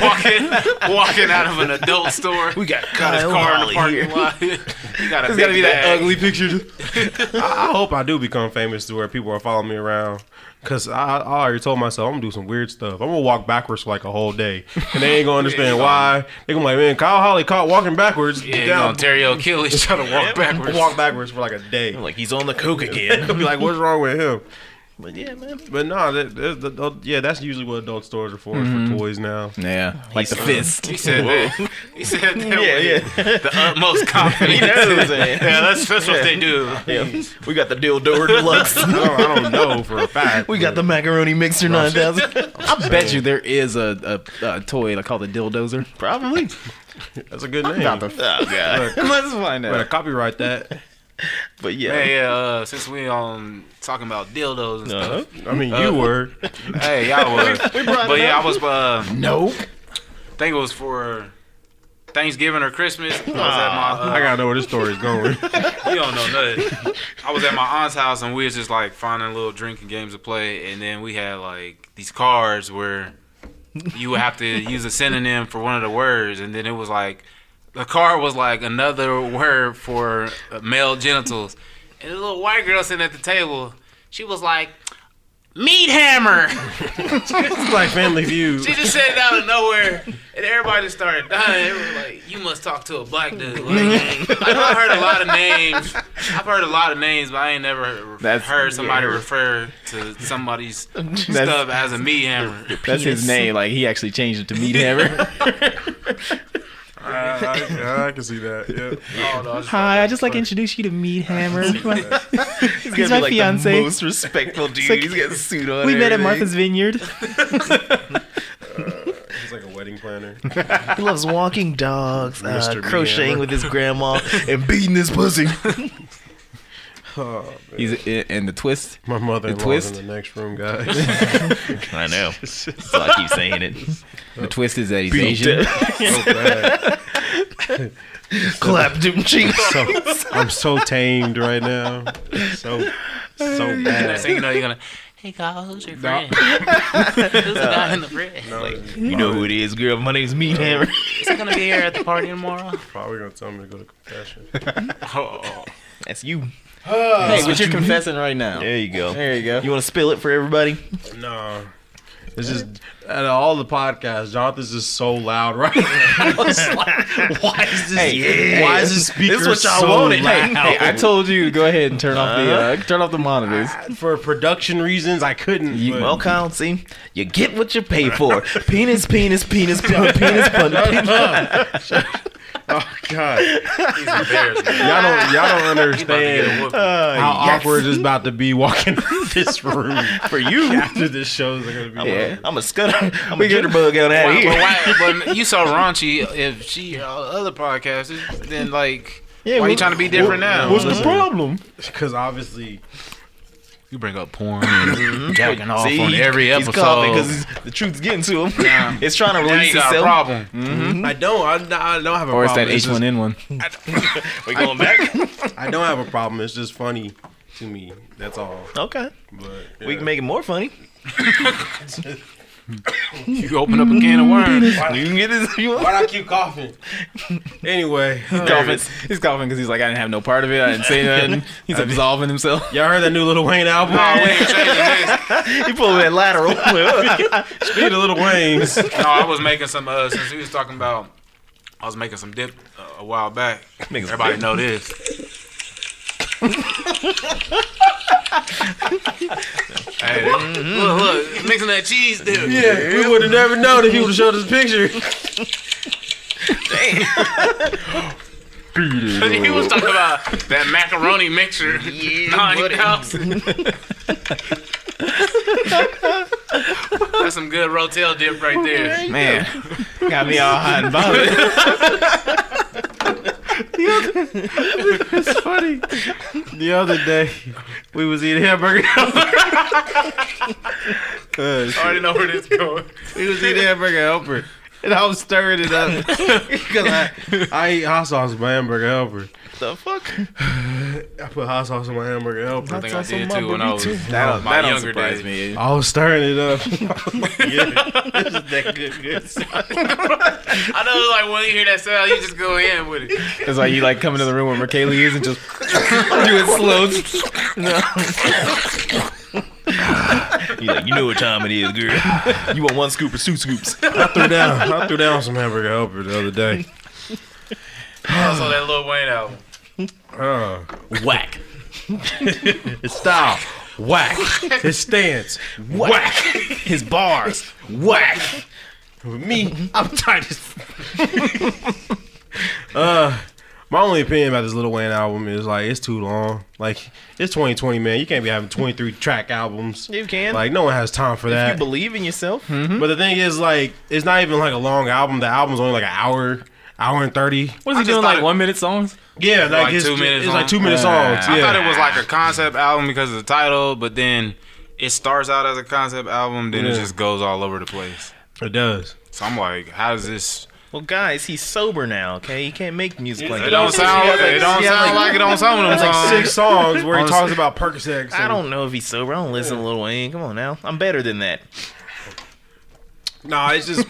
walking walking out of an adult store. We got got his Kyle car in Holly the parking lot. you got a It's gotta big be that bag. ugly picture. I I hope I do become famous to where people are following me around. Cause I, I already told myself I'm gonna do some weird stuff. I'm gonna walk backwards for like a whole day, and they ain't gonna understand why. They gonna be like, man, Kyle Holly caught walking backwards. Yeah, you down, know, Terry O'Killy's trying to walk backwards. walk backwards for like a day. like he's on the coke They'll again. be like, what's wrong with him? but yeah, man. But no, that, that, that- that- yeah, that's usually what adult stores are for for toys now. Yeah, like the fist. He said that. He said that. Yeah, with yeah. The utmost confidence. You know what I'm saying? Yeah, that's that's what they do. yeah. We got the dildo deluxe. I don't, I don't know for a fact. we got the macaroni mixer 9000. I bet you there is a, a, a toy like called the dildozer. Probably. That's a good name. Not the Better Oh, God. Let's find out. copyright that. But yeah. Hey, yeah. Uh, since we um talking about dildos and stuff, Uh-huh. I mean, you were. hey, y'all was. brought but it yeah, I was. Uh, Nope. I think it was for Thanksgiving or Christmas. I was at my. I gotta know where this story is going. Uh, we don't know nothing. I was at my aunt's house and we was just like finding little drinking games to play, and then we had like these cards where you would have to use a synonym for one of the words, and then it was like the card was like another word for uh, male genitals, and the little white girl sitting at the table, she was like. meat hammer. It's like Family Feud. She just said it out of nowhere, and everybody just started dying. They were like, "You must talk to a black dude." Like, I know I heard a lot of names. I've heard a lot of names, but I ain't never heard- That's- heard somebody yeah. refer to somebody's stuff as a meat hammer. That's his name. Like he actually changed it to Meat Hammer. I, I, I can see that. Yeah. Oh, no, I just- Hi, I just like to introduce you to Meat Hammer. He's He's gonna my be like the fiance. most respectful dude. like- He's got a suit on. We met at everything. Martha's Vineyard. He's like a wedding planner. He loves walking dogs, uh, Mr. crocheting Hammer. with his grandma, and beating his pussy. Oh, man. He's uh, and the twist. my mother in law's twist? in the next room, guys. I know. So I keep saying it. The twist is that he's Asian. so bad. Clap them cheeks. So, I'm so tamed right now. So so Next bad. thing you know, you're gonna. Hey, God, who's your friend? who's the guy in the bread? Like, You know who it is, girl. My name's Meat Hammer. Is he gonna be here at the party tomorrow? probably gonna tell me to go to confession. Oh, That's you. Hey, what you're confessing right now? There you go. There you go. You want to spill it for everybody? No. It's just out of all the podcasts, Jonathan's just so loud right now. It's like, why is this? Hey, why is this speaker This is what y'all so wanted. Hey, loud? Uh-huh. hey, I told you to go ahead and turn off the uh, turn off the monitors. For production reasons, I couldn't. but- Well, Kyle, see, you get what you pay for. penis, penis, penis, pun, penis, pun, penis. oh God, he's embarrassed. Man. y'all don't y'all don't About to get a understand whooping. Uh, how awkward it's about to be walking in this room for you after this show's are gonna be. Yeah, I'm a scud. I'm a jitterbug out Why- of but here. why- but you so raunchy if she heard all the other podcasts, then like, why you trying to be different now? problem? because obviously You bring up porn and jacking off See, on he- every he's episode. coughing 'cause the truth's getting to him. Yeah. It's trying to now release you got a itself. problem. I don't I, don't- I don't have a Or it's problem. that It's just- H1N1? We're going back. I don't have a problem. It's just funny to me. That's all. okay, But we yeah. can make it more funny. You open up a can of worms. You can get this if you want. Why do I keep coughing? Anyway, uh, Coughing. He's coughing because he's like, I didn't have no part of it. I didn't say nothing. He's absolving himself. y'all heard that new Little Wayne album? No, we ain't changing this. You pull that lateral. Speed of Little Wayne's. No, I was making some. Uh, since we was talking about, I was making some dip uh, a while back. Make some Everybody dip. know this. hey, look, look, mixing that cheese dip. Yeah, we would have never known if he would have showed us a picture. he was talking about that macaroni mixer. Nine thousand. That's some good rotel dip right there. Man, got me all hot and bothered. It's funny. The other day, we was eating hamburger. Uh, I already know where this going. we was eating hamburger helper, and I was stirring it up because I, I eat hot sauce with my hamburger helper. the fuck? I put hot sauce on my hamburger helper. I think I That's did also too my when I was booty, that my don't younger days. me. I was stirring it up. yeah, this is that good, good I know, like when you hear that sound, you just go in with it. It's like you like come into the room where Michaela is and just do it slow. You like, you know what time it is, girl. You want one scoop or two scoops? I threw down. I threw down some hamburger helper the other day. Also, that Lil Wayne album. Uh, whack. His style, whack. His stance, whack. His bars, whack. With me, I'm tight as. uh, my only opinion about this Little Wayne album is like it's too long. Like it's 2020, man. You can't be having 23 track albums. You can. Like no one has time for if you that. believe in yourself. But the thing is, like, it's not even like a long album. The album's only like an hour, hour and thirty. What is I he just doing? thought Like it- one minute songs? Yeah, like, Like it's, two minutes It's like long? two minute Uh, songs. I yeah. thought it was like a concept album because of the title, but then it starts out as a concept album, then it Yeah. just goes all over the place. It does. So I'm like, how does this? Well, guys, he's sober now. Okay, he can't make music like It that. don't sound. It don't sound like it on some of them It's like songs. six songs where he Honestly. talks about Percocet. and- I don't know if he's sober. I don't listen to Lil Wayne. Come on now, I'm better than that. No, it's just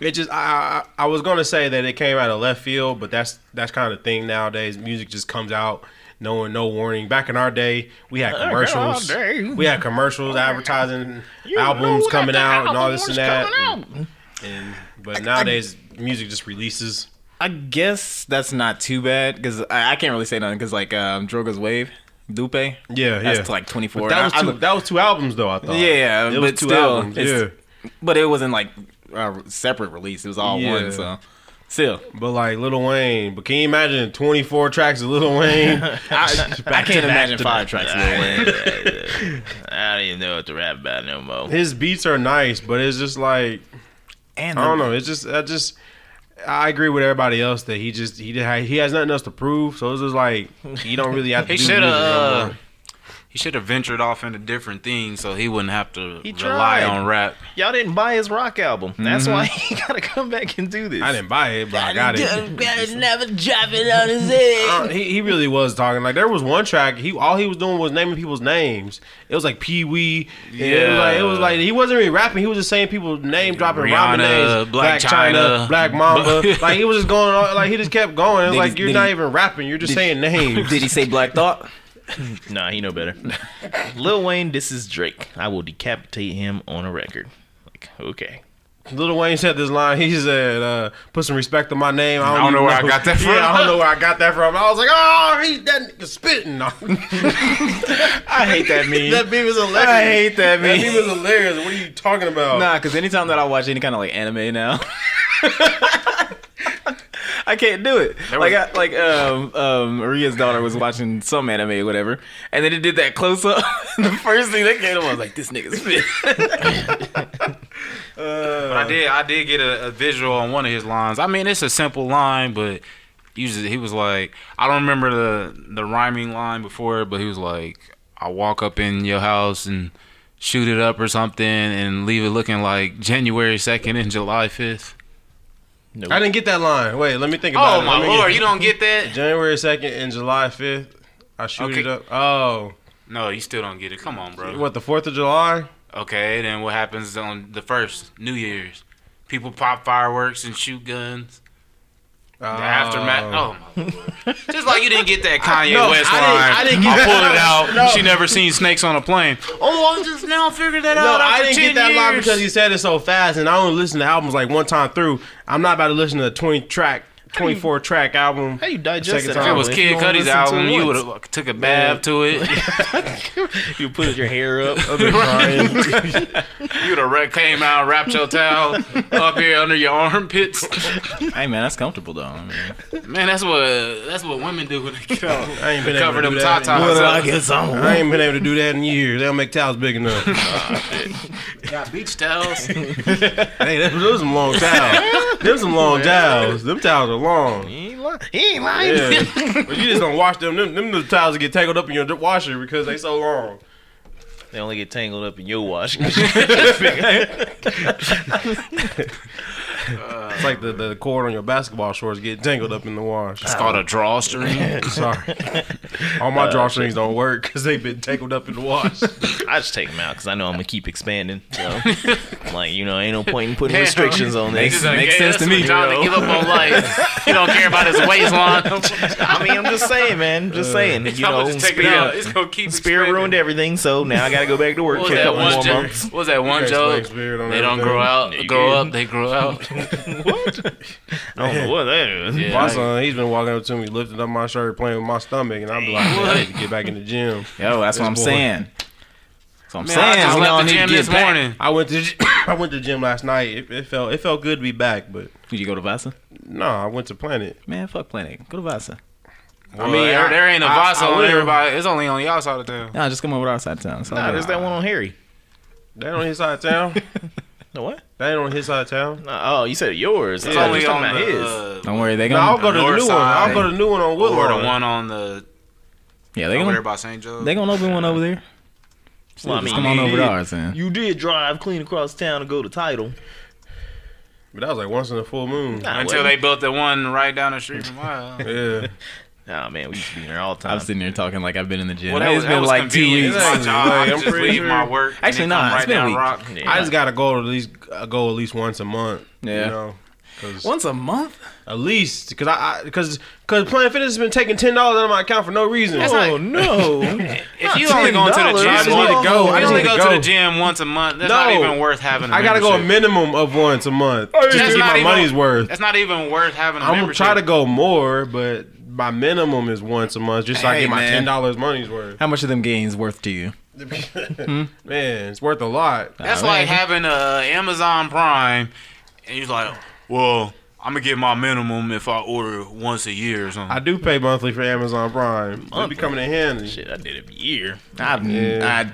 it just I, I I was gonna say that it came out of left field, but that's that's kind of thing nowadays. Music just comes out no no warning. Back in our day, we had commercials. our day. We had commercials, advertising, albums coming out, and all this and that. And, but nowadays, music just releases. I guess that's not too bad because I, I can't really say nothing because like um, Droga's Wave, Dupe. Yeah, Yeah, that's yeah. like twenty But four. that was two, that was two albums though. I thought. Yeah, it was but two still, albums. it's- Yeah, but it wasn't like a separate release. It was all Yeah. one. So still, but like Lil Wayne. But can you imagine twenty four tracks of Lil Wayne? I, I can't imagine five tracks. of Lil Wayne. I don't even know what to rap about no more. His beats are nice, but it's just like And I the- don't know. It's just I just I agree with everybody else that he just he did, he has nothing else to prove. So it's just like he don't really have to. He do should have. music no Uh, more. he should have ventured off into different things, so he wouldn't have to He rely tried. on rap. Y'all didn't buy his rock album. That's why he gotta come back and do this. I didn't buy it, but I got it. never drop it on his head. Uh, He, he really was talking like there was one track he all he was doing was naming people's names. It was like Pee Wee. Yeah, it was, like, it was like he wasn't really rapping. He was just saying people's name dropping Rihanna, ramen names. Black China. Black Mamba. like he was just going on. Like he just kept going. It was Did he- like you're did not he- even rapping. You're just saying names. Did he say Black Thought? Nah, he know better. Lil Wayne, this is Drake. I will decapitate him on a record. Like, okay. Little Wayne said this line. He said, uh, "Put some respect on my name." I don't, don't know even where I got that from. Yeah, I don't know where I got that from. I was like, "Oh, he that nigga spitting." I hate that meme. that meme is hilarious. I hate that That meme is meme. hilarious. What are you talking about? Uh, Nah, because anytime that I watch any kind of like anime now, I can't do it. like, I, like um, um, Maria's daughter was watching some anime or whatever, and then it did that close up. the first thing that came to mind was like, "This nigga's fit." But I did, I did get a, a visual on one of his lines. I mean, it's a simple line, but usually he was like, I don't remember the the rhyming line before, but he was like, I walk up in your house and shoot it up or something, and leave it looking like January second and July fifth. I didn't get that line. Wait, let me think about Oh it. Let my me lord, get- you don't get that? January second and July fifth. I shoot Okay. it up. Oh, No, you still don't get it. Come on, bro. what the Fourth of July? Okay, then what happens on the first New Year's? People pop fireworks and shoot guns. Oh. The aftermath. Oh my lord! Just like you didn't get that Kanye West I didn't- line. I I, didn't get that. pulled it out. No. She never seen snakes on a plane. Oh, I just now figured that No, out. I after didn't get 10 that line years. because he said it so fast, and I only listen to albums like one time through. I'm not about to listen to a 20 track, 24 track album. How you digest Second that? time. If it was album? Kid You only Cudi's listen to album, it you would once. have took a bath to it. You put your hair up. You'd have re- came out, wrapped your towel up here under your armpits. hey man, that's comfortable though. I mean, Man, that's what that's what women do when they get out. I ain't been able Cover to them do that. tatas. in- up. I ain't been able to do that in years. They don't make towels big enough. Got beach towels. hey, them, those some long towels. them some long towels. Them towels are long. He ain't lying. He ain't lying. Yeah, but you just don't wash them. Them, them the towels that get tangled up in your washer because they so long. They only get tangled up in your wash. It's like the, the cord on your basketball shorts get tangled up in the wash. It's called a drawstring. Sorry, all Uh, my drawstrings don't work because they've been tangled up in the wash. I just take them out because I know I'm gonna keep expanding. So, like you know, ain't no point in putting restrictions on Makes, this. makes sense to me, John to bro." give up on life. He don't care about his waistline. I mean, I'm just saying, man. Just saying. You Uh, I'ma know, just take it Spear- out. It's gonna keep Spirit expanding. ruined everything, so now I gotta go back to work What for was a that couple one more joke? months. What was that one can't joke? explain spirit on They don't everything. grow out. Yeah, you grow can. up. They grow out. I don't know what that is. Yeah. My son, he's been walking up to me, lifting up my shirt, playing with my stomach, and I'm like, "Man, I need to get back in the gym. Yo, Oh, that's what I'm boy. saying. That's what I'm Man, I saying. just We all left need the to gym get this back. morning. I went to I went to the gym last night. It, it felt it felt good to be back, but Did you go to Vasa? no, I went to Planet. Man, fuck Planet. Go to Vasa. I mean, there, I- there ain't a I- Vasa I on would've- everybody. It's only on y'all side of town. Nah, just come over to our side of town. It's all Nah, good. there's that one on Harry. That ain't on his side of town. No, what? That ain't on his side of town. Nah, oh, you said yours. It's I thought only you were on talking the. about Uh, Don't worry, they No, gonna I'll go to the north new one. side. I'll go to the new one on or Woodlawn. the one on the yeah they over gonna there by St. Joe. they gonna open one over there. his. Well, I Just mean, come on you over to did- ours, man. You did drive clean across town to go to title. But that was like once in a full moon. Nah, until what? they built the one right down the street from my house. Yeah. Oh man, we used to be in there all the time. I'm sitting there talking like I've been in the gym. Well, that It's was, that been was like two convenient. weeks. It's My job, Like, I I'm just pretty leave my sure- work. and Actually, then nah, come it's right been a down week. Rock. Yeah. I just gotta go at least I go at least once a month. Yeah. you know, 'cause Once a month? at least because I because because Planet Fitness has been taking ten dollars out of my account for no reason. oh no! If you only going to the $10, gym, I just need to go. I I just only need go to to the go. gym once a month. That's not No. even worth having. I I gotta go a minimum of once a month just to Oh, That's get not my even- money's worth. That's not even worth having. A I'm gonna membership. try to go more, but my minimum is once a month just so I Hey, get my man. ten dollars money's worth. How much of them gains worth to you? Man, it's worth a lot. That's like having uh, Amazon Prime, and you're like, well, I'm gonna get my minimum if I order once a year or something. I do pay monthly for Amazon Prime. It'd be coming in handy. Shit, I did it for a year. I've, Yeah.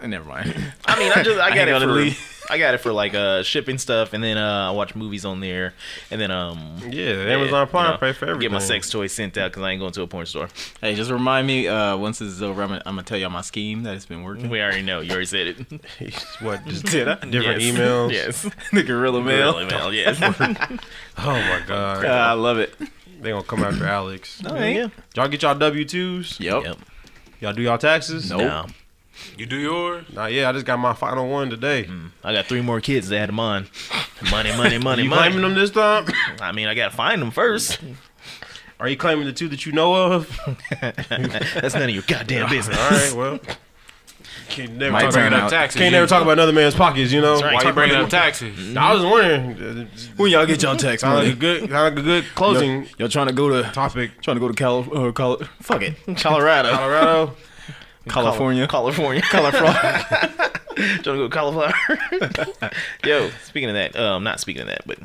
I, never mind. I mean, I just I got ain't it gonna for leave. I got it for like uh shipping stuff, and then uh I watch movies on there, and then um Yeah, yeah, Amazon Prime you know, pay for everything. Get my sex toy sent out because I ain't going to a porn store. hey, just remind me uh, once this is over, I'm gonna, I'm gonna tell y'all my scheme that it's been working. We already know. You already said it. What? Just Did I? different Yes. emails. Yes. the gorilla mail. Really, man, Yes. Oh my god. Uh, I love it. They gonna come after Alex. yeah. Y'all get y'all W twos. Yep. Yep. Y'all do y'all taxes. Nope. No. you do yours. Nah, yeah, I just got my final one today. I got three more kids that had mine. Money, money, money, you money. claiming them this time? I mean, I gotta find them first. Are you claiming the two that you know of? That's none of your goddamn business. All right, well. Can't never, Might talk about, bring it Bringing out. up taxes. can't you- never talk about another man's pockets, you know? right. Why you Talk bringing up taxes? I was wondering. When y'all get y'all text Sound like a money? good, sound like a good closing Y'all, y'all trying to go to topic. trying to go to Cal, uh, Cal, fuck it, Colorado, Colorado. California, California. California. Trying to go cauliflower. Yo, speaking of that, um, not speaking of that, but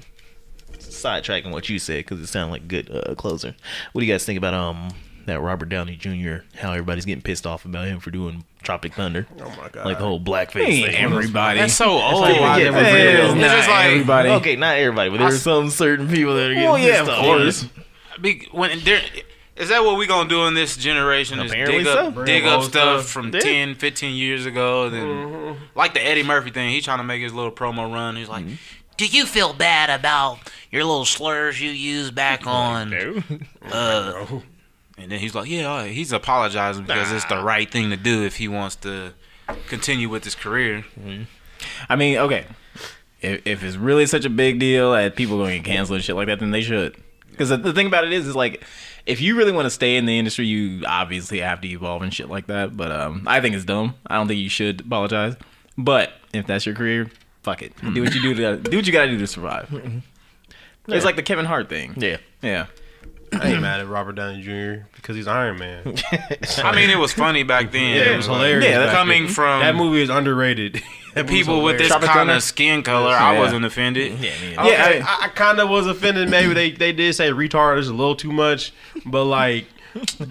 sidetracking what you said because it sounded like a good uh, closer. What do you guys think about um that Robert Downey Jr. How everybody's getting pissed off about him for doing Tropic Thunder, Oh my god. like the whole blackface Hey, thing. everybody. That's so old. like, yeah, It's yeah, yeah, it's just not like everybody. Okay, not everybody, but there I are s- some certain people that are getting Well, yeah, pissed of off. course. big- when there. Is that what we gonna do in this generation? Is Apparently dig up, so. dig up Bring old stuff stuff. from Yeah. 10, 15 years ago. Then, like the Eddie Murphy thing, he trying to make his little promo run. He's like, Mm-hmm. "Do you feel bad about your little slurs you used back on?" uh, and then he's like, "Yeah, all right." he's apologizing because it's the right thing to do if he wants to continue with his career. I mean, okay. If, if it's really such a big deal that people going to get canceled and shit like that, then they should. Because the, the thing about it is, is like, if you really want to stay in the industry, you obviously have to evolve and shit like that. But um, I think it's dumb. I don't think you should apologize. But if that's your career, fuck it. Do what you do. To, do what you got to do to survive. It's like the Kevin Hart thing. Yeah. Yeah. I ain't mad at Robert Downey Jr. because he's Iron Man. I mean, it was funny back then. Yeah, it was hilarious Yeah, back coming from That movie is underrated. That movie's people with this hilarious. Tropic kind Thunder? of skin color, I Yeah. wasn't offended. Yeah, man. Okay, Yeah, I mean- I, I kind of was offended. Maybe they, they did say retard is a little too much, but like,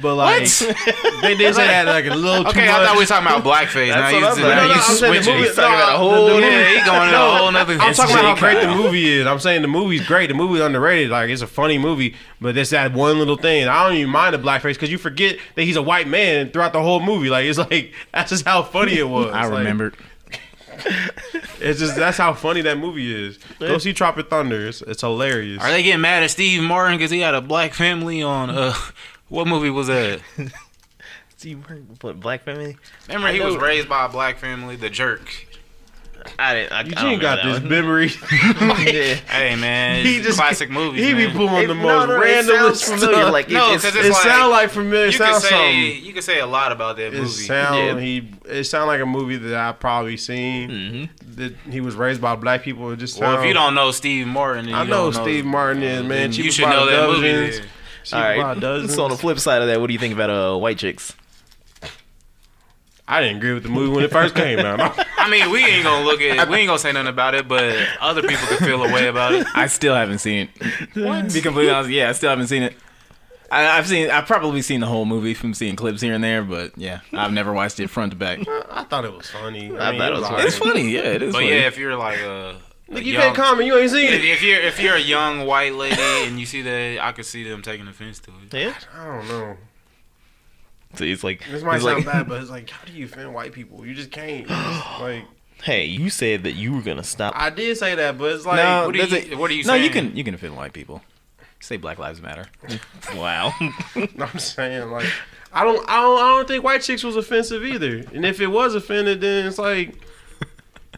but like, they did say that like a little too Okay, much. I thought we were talking about blackface. now That's you, what I'm just- like. now No, no, you I'm saying the switching. movie. He's talking about a whole the- the yeah, movie- he going in a whole nother. I'm talking about how great the movie is. I'm saying the movie's great. The movie's underrated. Like it's a funny movie, but it's that one little thing. I don't even mind the blackface because you forget that he's a white man throughout the whole movie. Like it's like that's just how funny it was. I Like, remembered. It's just that's how funny that movie is. Go see Tropic Thunder. It's, it's hilarious. Are they getting mad at Steve Martin because he had a black family on uh, what movie was that? See, you heard what black family? Remember, he was raised by a black family. The jerk. I didn't. I, I don't Eugene know got that this one. memory. yeah. Hey man, He it's just- classic movies. he be man. pulling the It- most no, no, it random sounds familiar, stuff. like it- No, it's- 'cause it it's like- sound like familiar. It you can sound say something. you can say a lot about that It movie. sound Yeah. he it sound like a movie that I probably seen that he was raised by black people. It just sound, well, if you don't know Steve Martin, then you I know don't Steve Martin is man. then Cheap you should by know that movie. dozens. then. Cheap All by right. dozens. So on the flip side of that, what do you think about uh white chicks? I didn't agree with the movie when it first came out. I mean, we ain't gonna look at. We ain't gonna say nothing about it, but other people could feel a way about it. I still haven't seen it. Be completely honest, yeah, I still haven't seen it. I, I've seen, I've probably seen the whole movie from seeing clips here and there, but yeah, I've never watched it front to back. I thought it was funny. I thought it was alright. It's funny, yeah, it is. But funny. yeah, if you're like a, a Nigga, you young- can't comment. You ain't seen if, it. if you're if you're a young white lady and you see that, I could see them taking offense to it. Yeah. I don't know. So it's like This might it's sound like, bad, but it's like, how do you offend white people? You just can't. It's like Hey, you said that you were gonna stop. I did say that, but it's like no, what do you- that's a- what are you No, you saying? can you can offend white people. say Black Lives Matter. Wow. I'm saying like I don't I don't I don't think white chicks was offensive either. And if it was offended, then it's like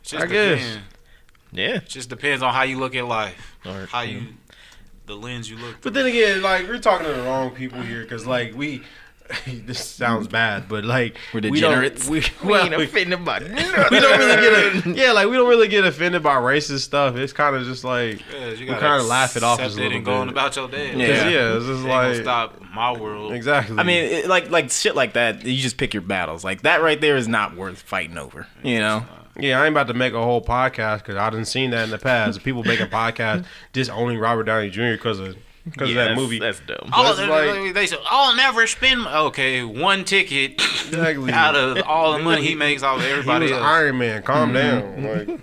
Just I guess. depend. yeah. Just depends on how you look at life, Or, how you, the lens you look. But then again, like we're talking to the wrong people here because like we. this sounds bad, but like We're we don't- degenerates. We, We well, ain't we- offended by we don't really get a, yeah, like we don't really get offended by racist stuff. It's kind of just like Yeah, you we gotta kind of laugh it off accept just a little and going bit. about your day. Yeah. 'Cause, yeah. It it's just ain't gonna like stop my world. exactly. I mean, it, like like shit like that. You just pick your battles. Like that right there is not worth fighting over. You know. yeah, I ain't about to make a whole podcast because I didn't seen that in the past. People making podcasts disowning Robert Downey Jr. because of because Yeah, of that that's- movie. That's dumb. Oh, That's they, like- they said, I'll never spend. my-" Okay, one ticket Exactly. out of all the money he makes off of He was everybody else. Iron Man. Calm Mm-hmm. down.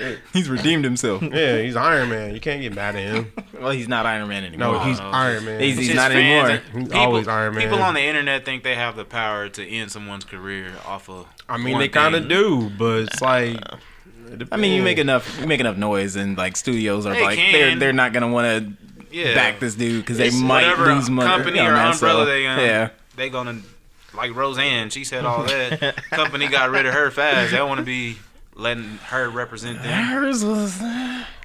Like, He's redeemed himself. yeah, he's Iron Man. You can't get mad at him. well, he's not Iron Man anymore. No, he's Iron Man. He's- It's just not fans anymore. and He's always Iron Man. People on the internet think they have the power to end someone's career off of. I mean, one they kind of thing. do, but it's like. it I mean, you make depends. enough, you make enough noise, and like studios are They like, can. they're they're not gonna want to Yeah. back this dude because they It's might whatever lose money. Company Yeah, or man, so, umbrella they um, yeah. they gonna like Roseanne. She said all that. company got rid of her fast. They don't want to be letting her represent them. Hers was,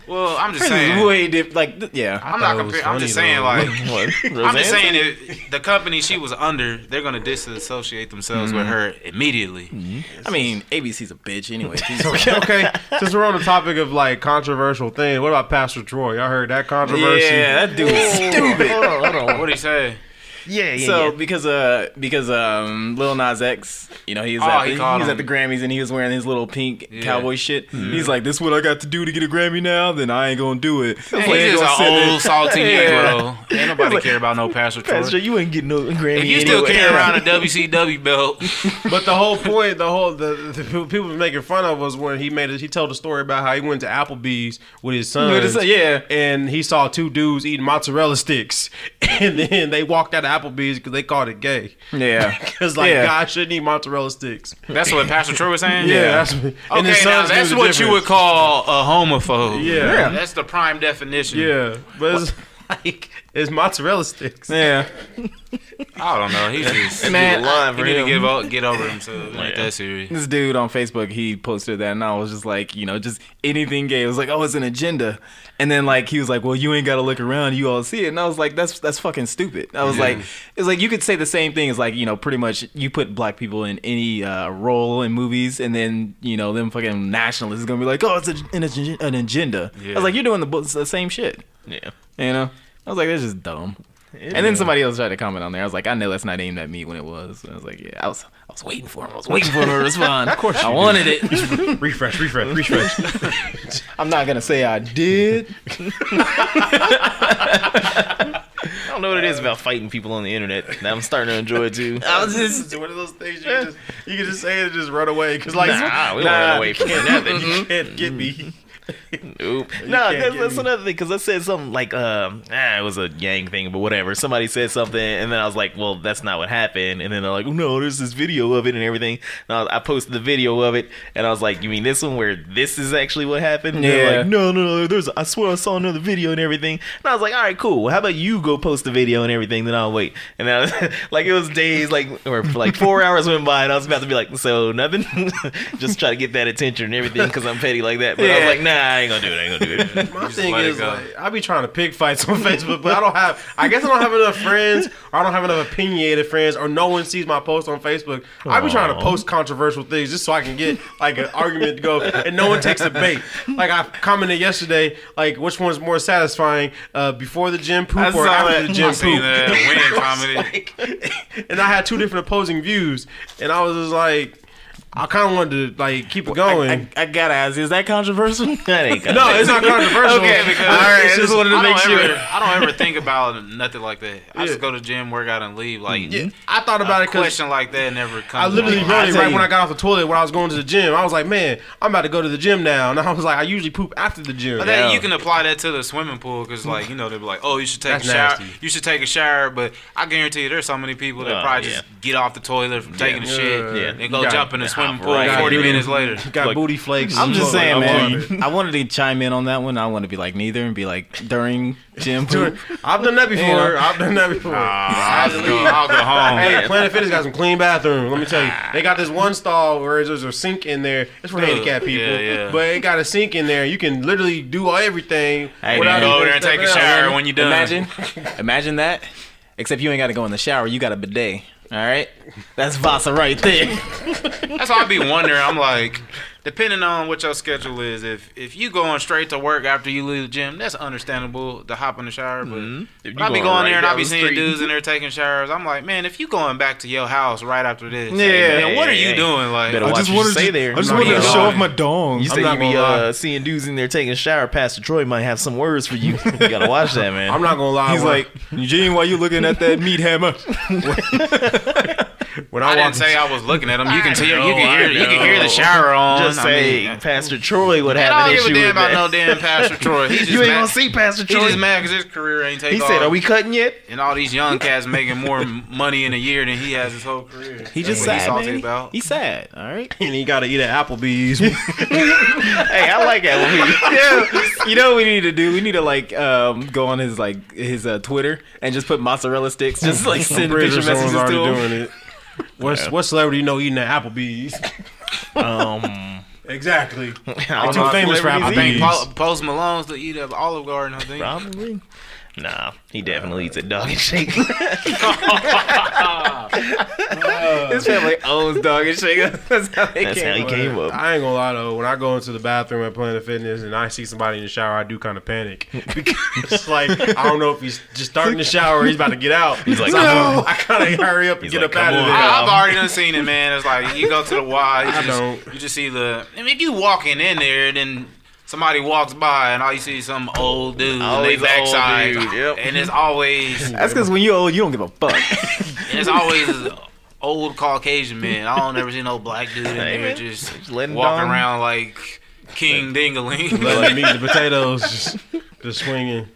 Well, I'm just hers saying. is way different. Like, th- yeah, I'm thought not it was comparing. I'm just funny, saying though. like. What? I'm just Roseanne? saying if the company she was under, they're gonna disassociate themselves with her immediately. I mean, ABC's a bitch anyway. She's- okay, okay. Since we're on the topic of like controversial thing, what about Pastor Troy? Y'all heard that controversy? yeah, that dude is stupid. Hold on, hold on. What do you say? Yeah, yeah, So yeah. because uh because um Lil Nas X, you know, he was, Oh, at, he the, he caught was him. at the Grammys and he was wearing his little pink Yeah. cowboy shit. He's like, "This what I got to do to get a Grammy now? Then I ain't gonna do it." He's Like, ain't just gonna sit an there- old salty Yeah. Negro. Ain't nobody care about no Pastor Troy. Pastor, you ain't getting no Grammy If you still anyway. carry around a WCW belt, But the whole point, the whole the, the people people was making fun of was when he made it. He told a story about how he went to Applebee's with his son. With his son, yeah. and he saw two dudes eating mozzarella sticks, and then they walked out of Applebee's because they called it gay. Yeah, Because like Yeah. God shouldn't eat mozzarella sticks. that's what Pastor Troy was saying. Yeah, that's what, Okay, now that's what you would call a homophobe. Yeah. Yeah. that's the prime definition. Yeah, but it's like it's mozzarella sticks. yeah. I don't know. He's just Man, line he for need to him. give o- get over himself. Like Yeah. that serious. This dude on Facebook, he posted that, and I was just like, you know, just anything gay. It was like, oh, it's an agenda. And then like he was like, well, you ain't gotta look around, you all see it. And I was like, that's that's fucking stupid. I was like, it's like you could say the same thing as like you know, pretty much you put black people in any uh, role in movies, and then you know them fucking nationalists is gonna be like, oh, it's a, an, ag- an agenda. I Yeah. was like, you're doing the, bu- the same shit. Yeah. You know, I was like, that's just dumb. and then somebody else tried to comment on there. I was like, I know that's not aimed at me when it was. I was like, yeah, I was, I was waiting for him. I was waiting for him to respond. of course, I wanted it. refresh, refresh, refresh. I'm not gonna say I did. I don't know what it is about fighting people on the internet. Now I'm starting to enjoy it too. I was just, It's one of those things you just you can just say it and just run away because like Nah, we don't run away from can't- nothing. You can't get me. Oop. No, can't that's, get that's me. another thing because I said something like, um, ah, it was a Yang thing, but whatever. Somebody said something, and then I was like, well, that's not what happened. And then they're like, oh, no, there's this video of it and everything. And I, I posted the video of it, and I was like, you mean this one where this is actually what happened? And they're Yeah. like, no, no, no, there's, I swear I saw another video and everything. And I was like, all right, cool. Well, how about you go post the video and everything, then I'll wait. And then I was, like, it was days, like, or like four hours went by, and I was about to be like, so nothing? Just try to get that attention and everything because I'm petty like that. But I was Yeah. like, nah, I ain't gonna do it. I ain't gonna do it. My just thing let it is go. like I be trying to pick fights on Facebook, but I don't have. I guess I don't have enough friends, or I don't have enough opinionated friends, or no one sees my post on Facebook. I be trying to Aw. post controversial things just so I can get like an argument to go, and no one takes the bait. Like I commented yesterday, like which one's more satisfying, uh, before the gym poop or saw after that. the I gym seen poop? that Wayne commented. and I had two different opposing views, and I was just like, I kind of wanted to like keep it going. I, I, I gotta ask, is that controversial? That ain't gonna no, it's not controversial. Okay, because- All right, I it's just just wanted to I don't make sure. ever- Ever, I don't ever think about nothing like that. I Yeah. just go to gym, work out, and leave. Like Yeah, I thought about a it because question like that never comes. I literally up. wrote it Hmm? tell right you. when I got off the toilet when I was going to the gym. I was like, man, I'm about to go to the gym now, and I was like, I usually poop after the gym. But then you can apply that to the swimming pool because, like, you know, they'd be like, "Oh, you should take That's a shower. nasty. You should take a shower." But I guarantee you, there's so many people that Oh, probably yeah. just get off the toilet from taking a shit, Yeah. and go You got jump in the Hop swimming hop pool right 40 in. minutes later. Got Look, booty flakes. I'm just Like, saying, I man. love it. I wanted to chime in on that one. I want to be like neither and be like during gym poop. I've done that before. Yeah. I've done that before. I'll go, I'll go home. Hey, Planet Fitness got some clean bathrooms. Let me tell you, they got this one stall where there's a sink in there. It's for handicapped people, yeah, yeah. but it got a sink in there. You can literally do everything Hey, You man. without go even over there and take a stepping out. shower when you're done. Imagine, imagine that. Except you ain't got to go in the shower. You got a bidet. All right, that's Vasa right there. That's why I be wondering. I'm like, depending on what your schedule is, if if you going straight to work after you leave the gym, that's understandable to hop in the shower. But Mm-hmm. If when you I be going going right there and I down be the seeing street. dudes in there taking showers. I'm like, man, if you going back to your house right after this, yeah, Yeah. man, what are you Yeah. doing? Like, Better I watch just what you wanted say to- there. I just I'm wanted not to show going. off my dong. You say not you be gonna lie. uh, seeing dudes in there taking a shower. Pastor Troy might have some words for you. you gotta watch that, man. I'm not gonna lie. He's when I- like, Eugene, why you looking at that meat hammer? when I I, walk, didn't say I was looking at him. You can tell. You know, can hear. You I can hear know. the shower on. Just I say mean, Pastor Troy would I have don't an give issue a damn with about that. no damn Pastor Troy. He's just you ain't mad. gonna see Pastor He's Troy. just mad because his career ain't he taking off. said, "Are we cutting yet?" and all these young cats making more m- money in a year than he has his whole career. He just That's sad. what he's man. salty about. He sad. All right. and he gotta eat at Applebee's. hey, I like that when we yeah. You know what we need to do? We need to like um, go on his like his uh, Twitter and just put mozzarella sticks. Just like send Bridge picture or someone's messages already to him. doing it. What's what celebrity you know eating at Applebee's? Um, Exactly. I'm too famous for I think Applebee's. Paul, Post Malone's to eat at Olive Garden. I think. Probably. Nah, he definitely eats a dog and shake. His family owns dog and shake. That's how they That's how came. he up. came up. I ain't gonna lie though. When I go into the bathroom at Planet Fitness and I see somebody in the shower, I do kind of panic because like I don't know if he's just starting the shower, or he's about to get out. He's like, no. I kind of hurry up and get like, up out "Come of on." there. I, I've already done seen it, man. It's like you go to the Y, you I just, don't. you just see the. I mean, if you walking in there, then somebody walks by and all you see is some old dude, on they Always an old backside, dude, yep. and it's always, and That's because when you old, you don't give a fuck. it's always old Caucasian man. I don't ever see no black dude in Hey, there man. just, letting walking Dom- around like King Dingaling. Let me eat the potatoes, just, just swinging.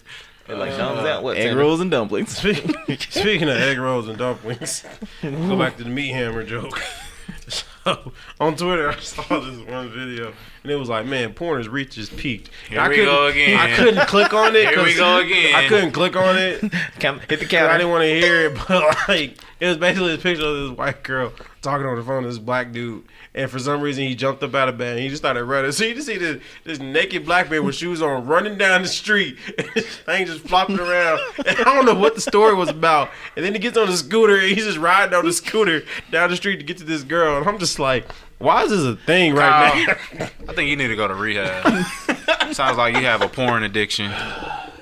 Like, thumbs out. What? Egg rolls and dumplings. Speaking, speaking of egg rolls and dumplings, go back to the meat hammer joke. So on Twitter, I saw this one video, and it was like, "Man, porn has reached its peak." And Here I we couldn't- go again. I couldn't click on it. Here we 'cause go again. I couldn't click on it. Come, hit the I counter. didn't want to hear it, but like it was basically this picture of this white girl talking on the phone to this black dude, and for some reason he jumped up out of bed and he just started running. So you just see this this naked black man with shoes on running down the street, and this thing just flopping around. And I don't know what the story was about. And then he gets on the scooter and he's just riding on the scooter down the street to get to this girl, and I'm just like, why is this a thing right Kyle, now? I think you need to go to rehab. Sounds like you have a porn addiction.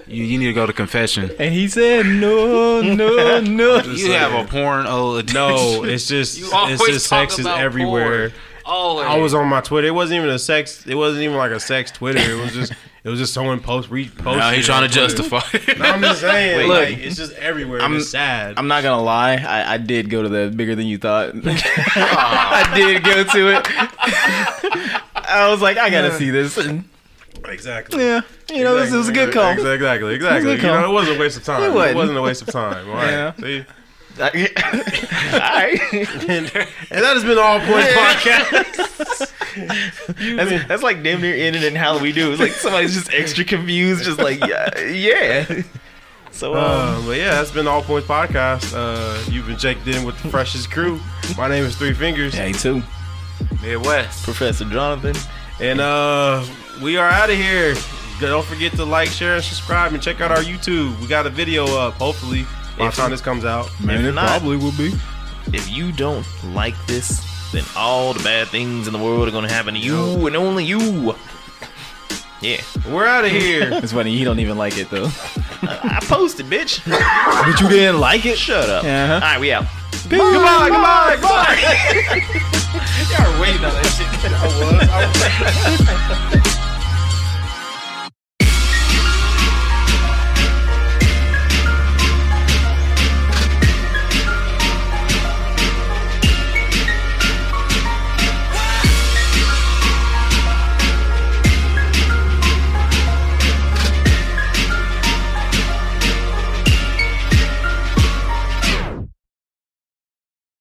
You, you need to go to confession. And he said, no, no, no. You have a porn old addiction. No, it's just You it's always just talk sex is about everywhere. porn. Always. I was on my Twitter. It wasn't even a sex. It wasn't even like a sex Twitter. It was just. It was just someone post repost. Now he's trying to justify. it. I'm just saying. Wait, like, look, it's just everywhere. I'm- and it's sad. I'm not gonna lie, I, I did go to the bigger than you thought. I did go to it. I was like, I gotta see this. And exactly. yeah, you know, it was, it was a good call. Exactly. Exactly. exactly. good You know, call. it wasn't a waste of time. It It wasn't. wasn't, a waste of time. All right. Yeah. See? All right. And, and that has been all points podcast. That's, that's like damn near in and in how we do. It's like somebody's just extra confused, just like yeah, yeah. So um, Uh, but yeah, that's been all points podcast. Uh, you've been checked in with the freshest crew. My name is Three Fingers. Hey, too. Midwest. Professor Jonathan, And uh we are out of here. Don't forget to like, share, and subscribe, and check out our YouTube. We got a video up, hopefully, by the If- time this comes out. Man, it probably will be. if you don't like this, then all the bad things in the world are gonna happen to you and only you. Yeah, We're out of here. It's funny, he don't even like it though. I posted, bitch. But you didn't like it? Shut up. Uh-huh. All right, we out. Goodbye, goodbye, goodbye. Y'all waiting on that shit. I was- I was-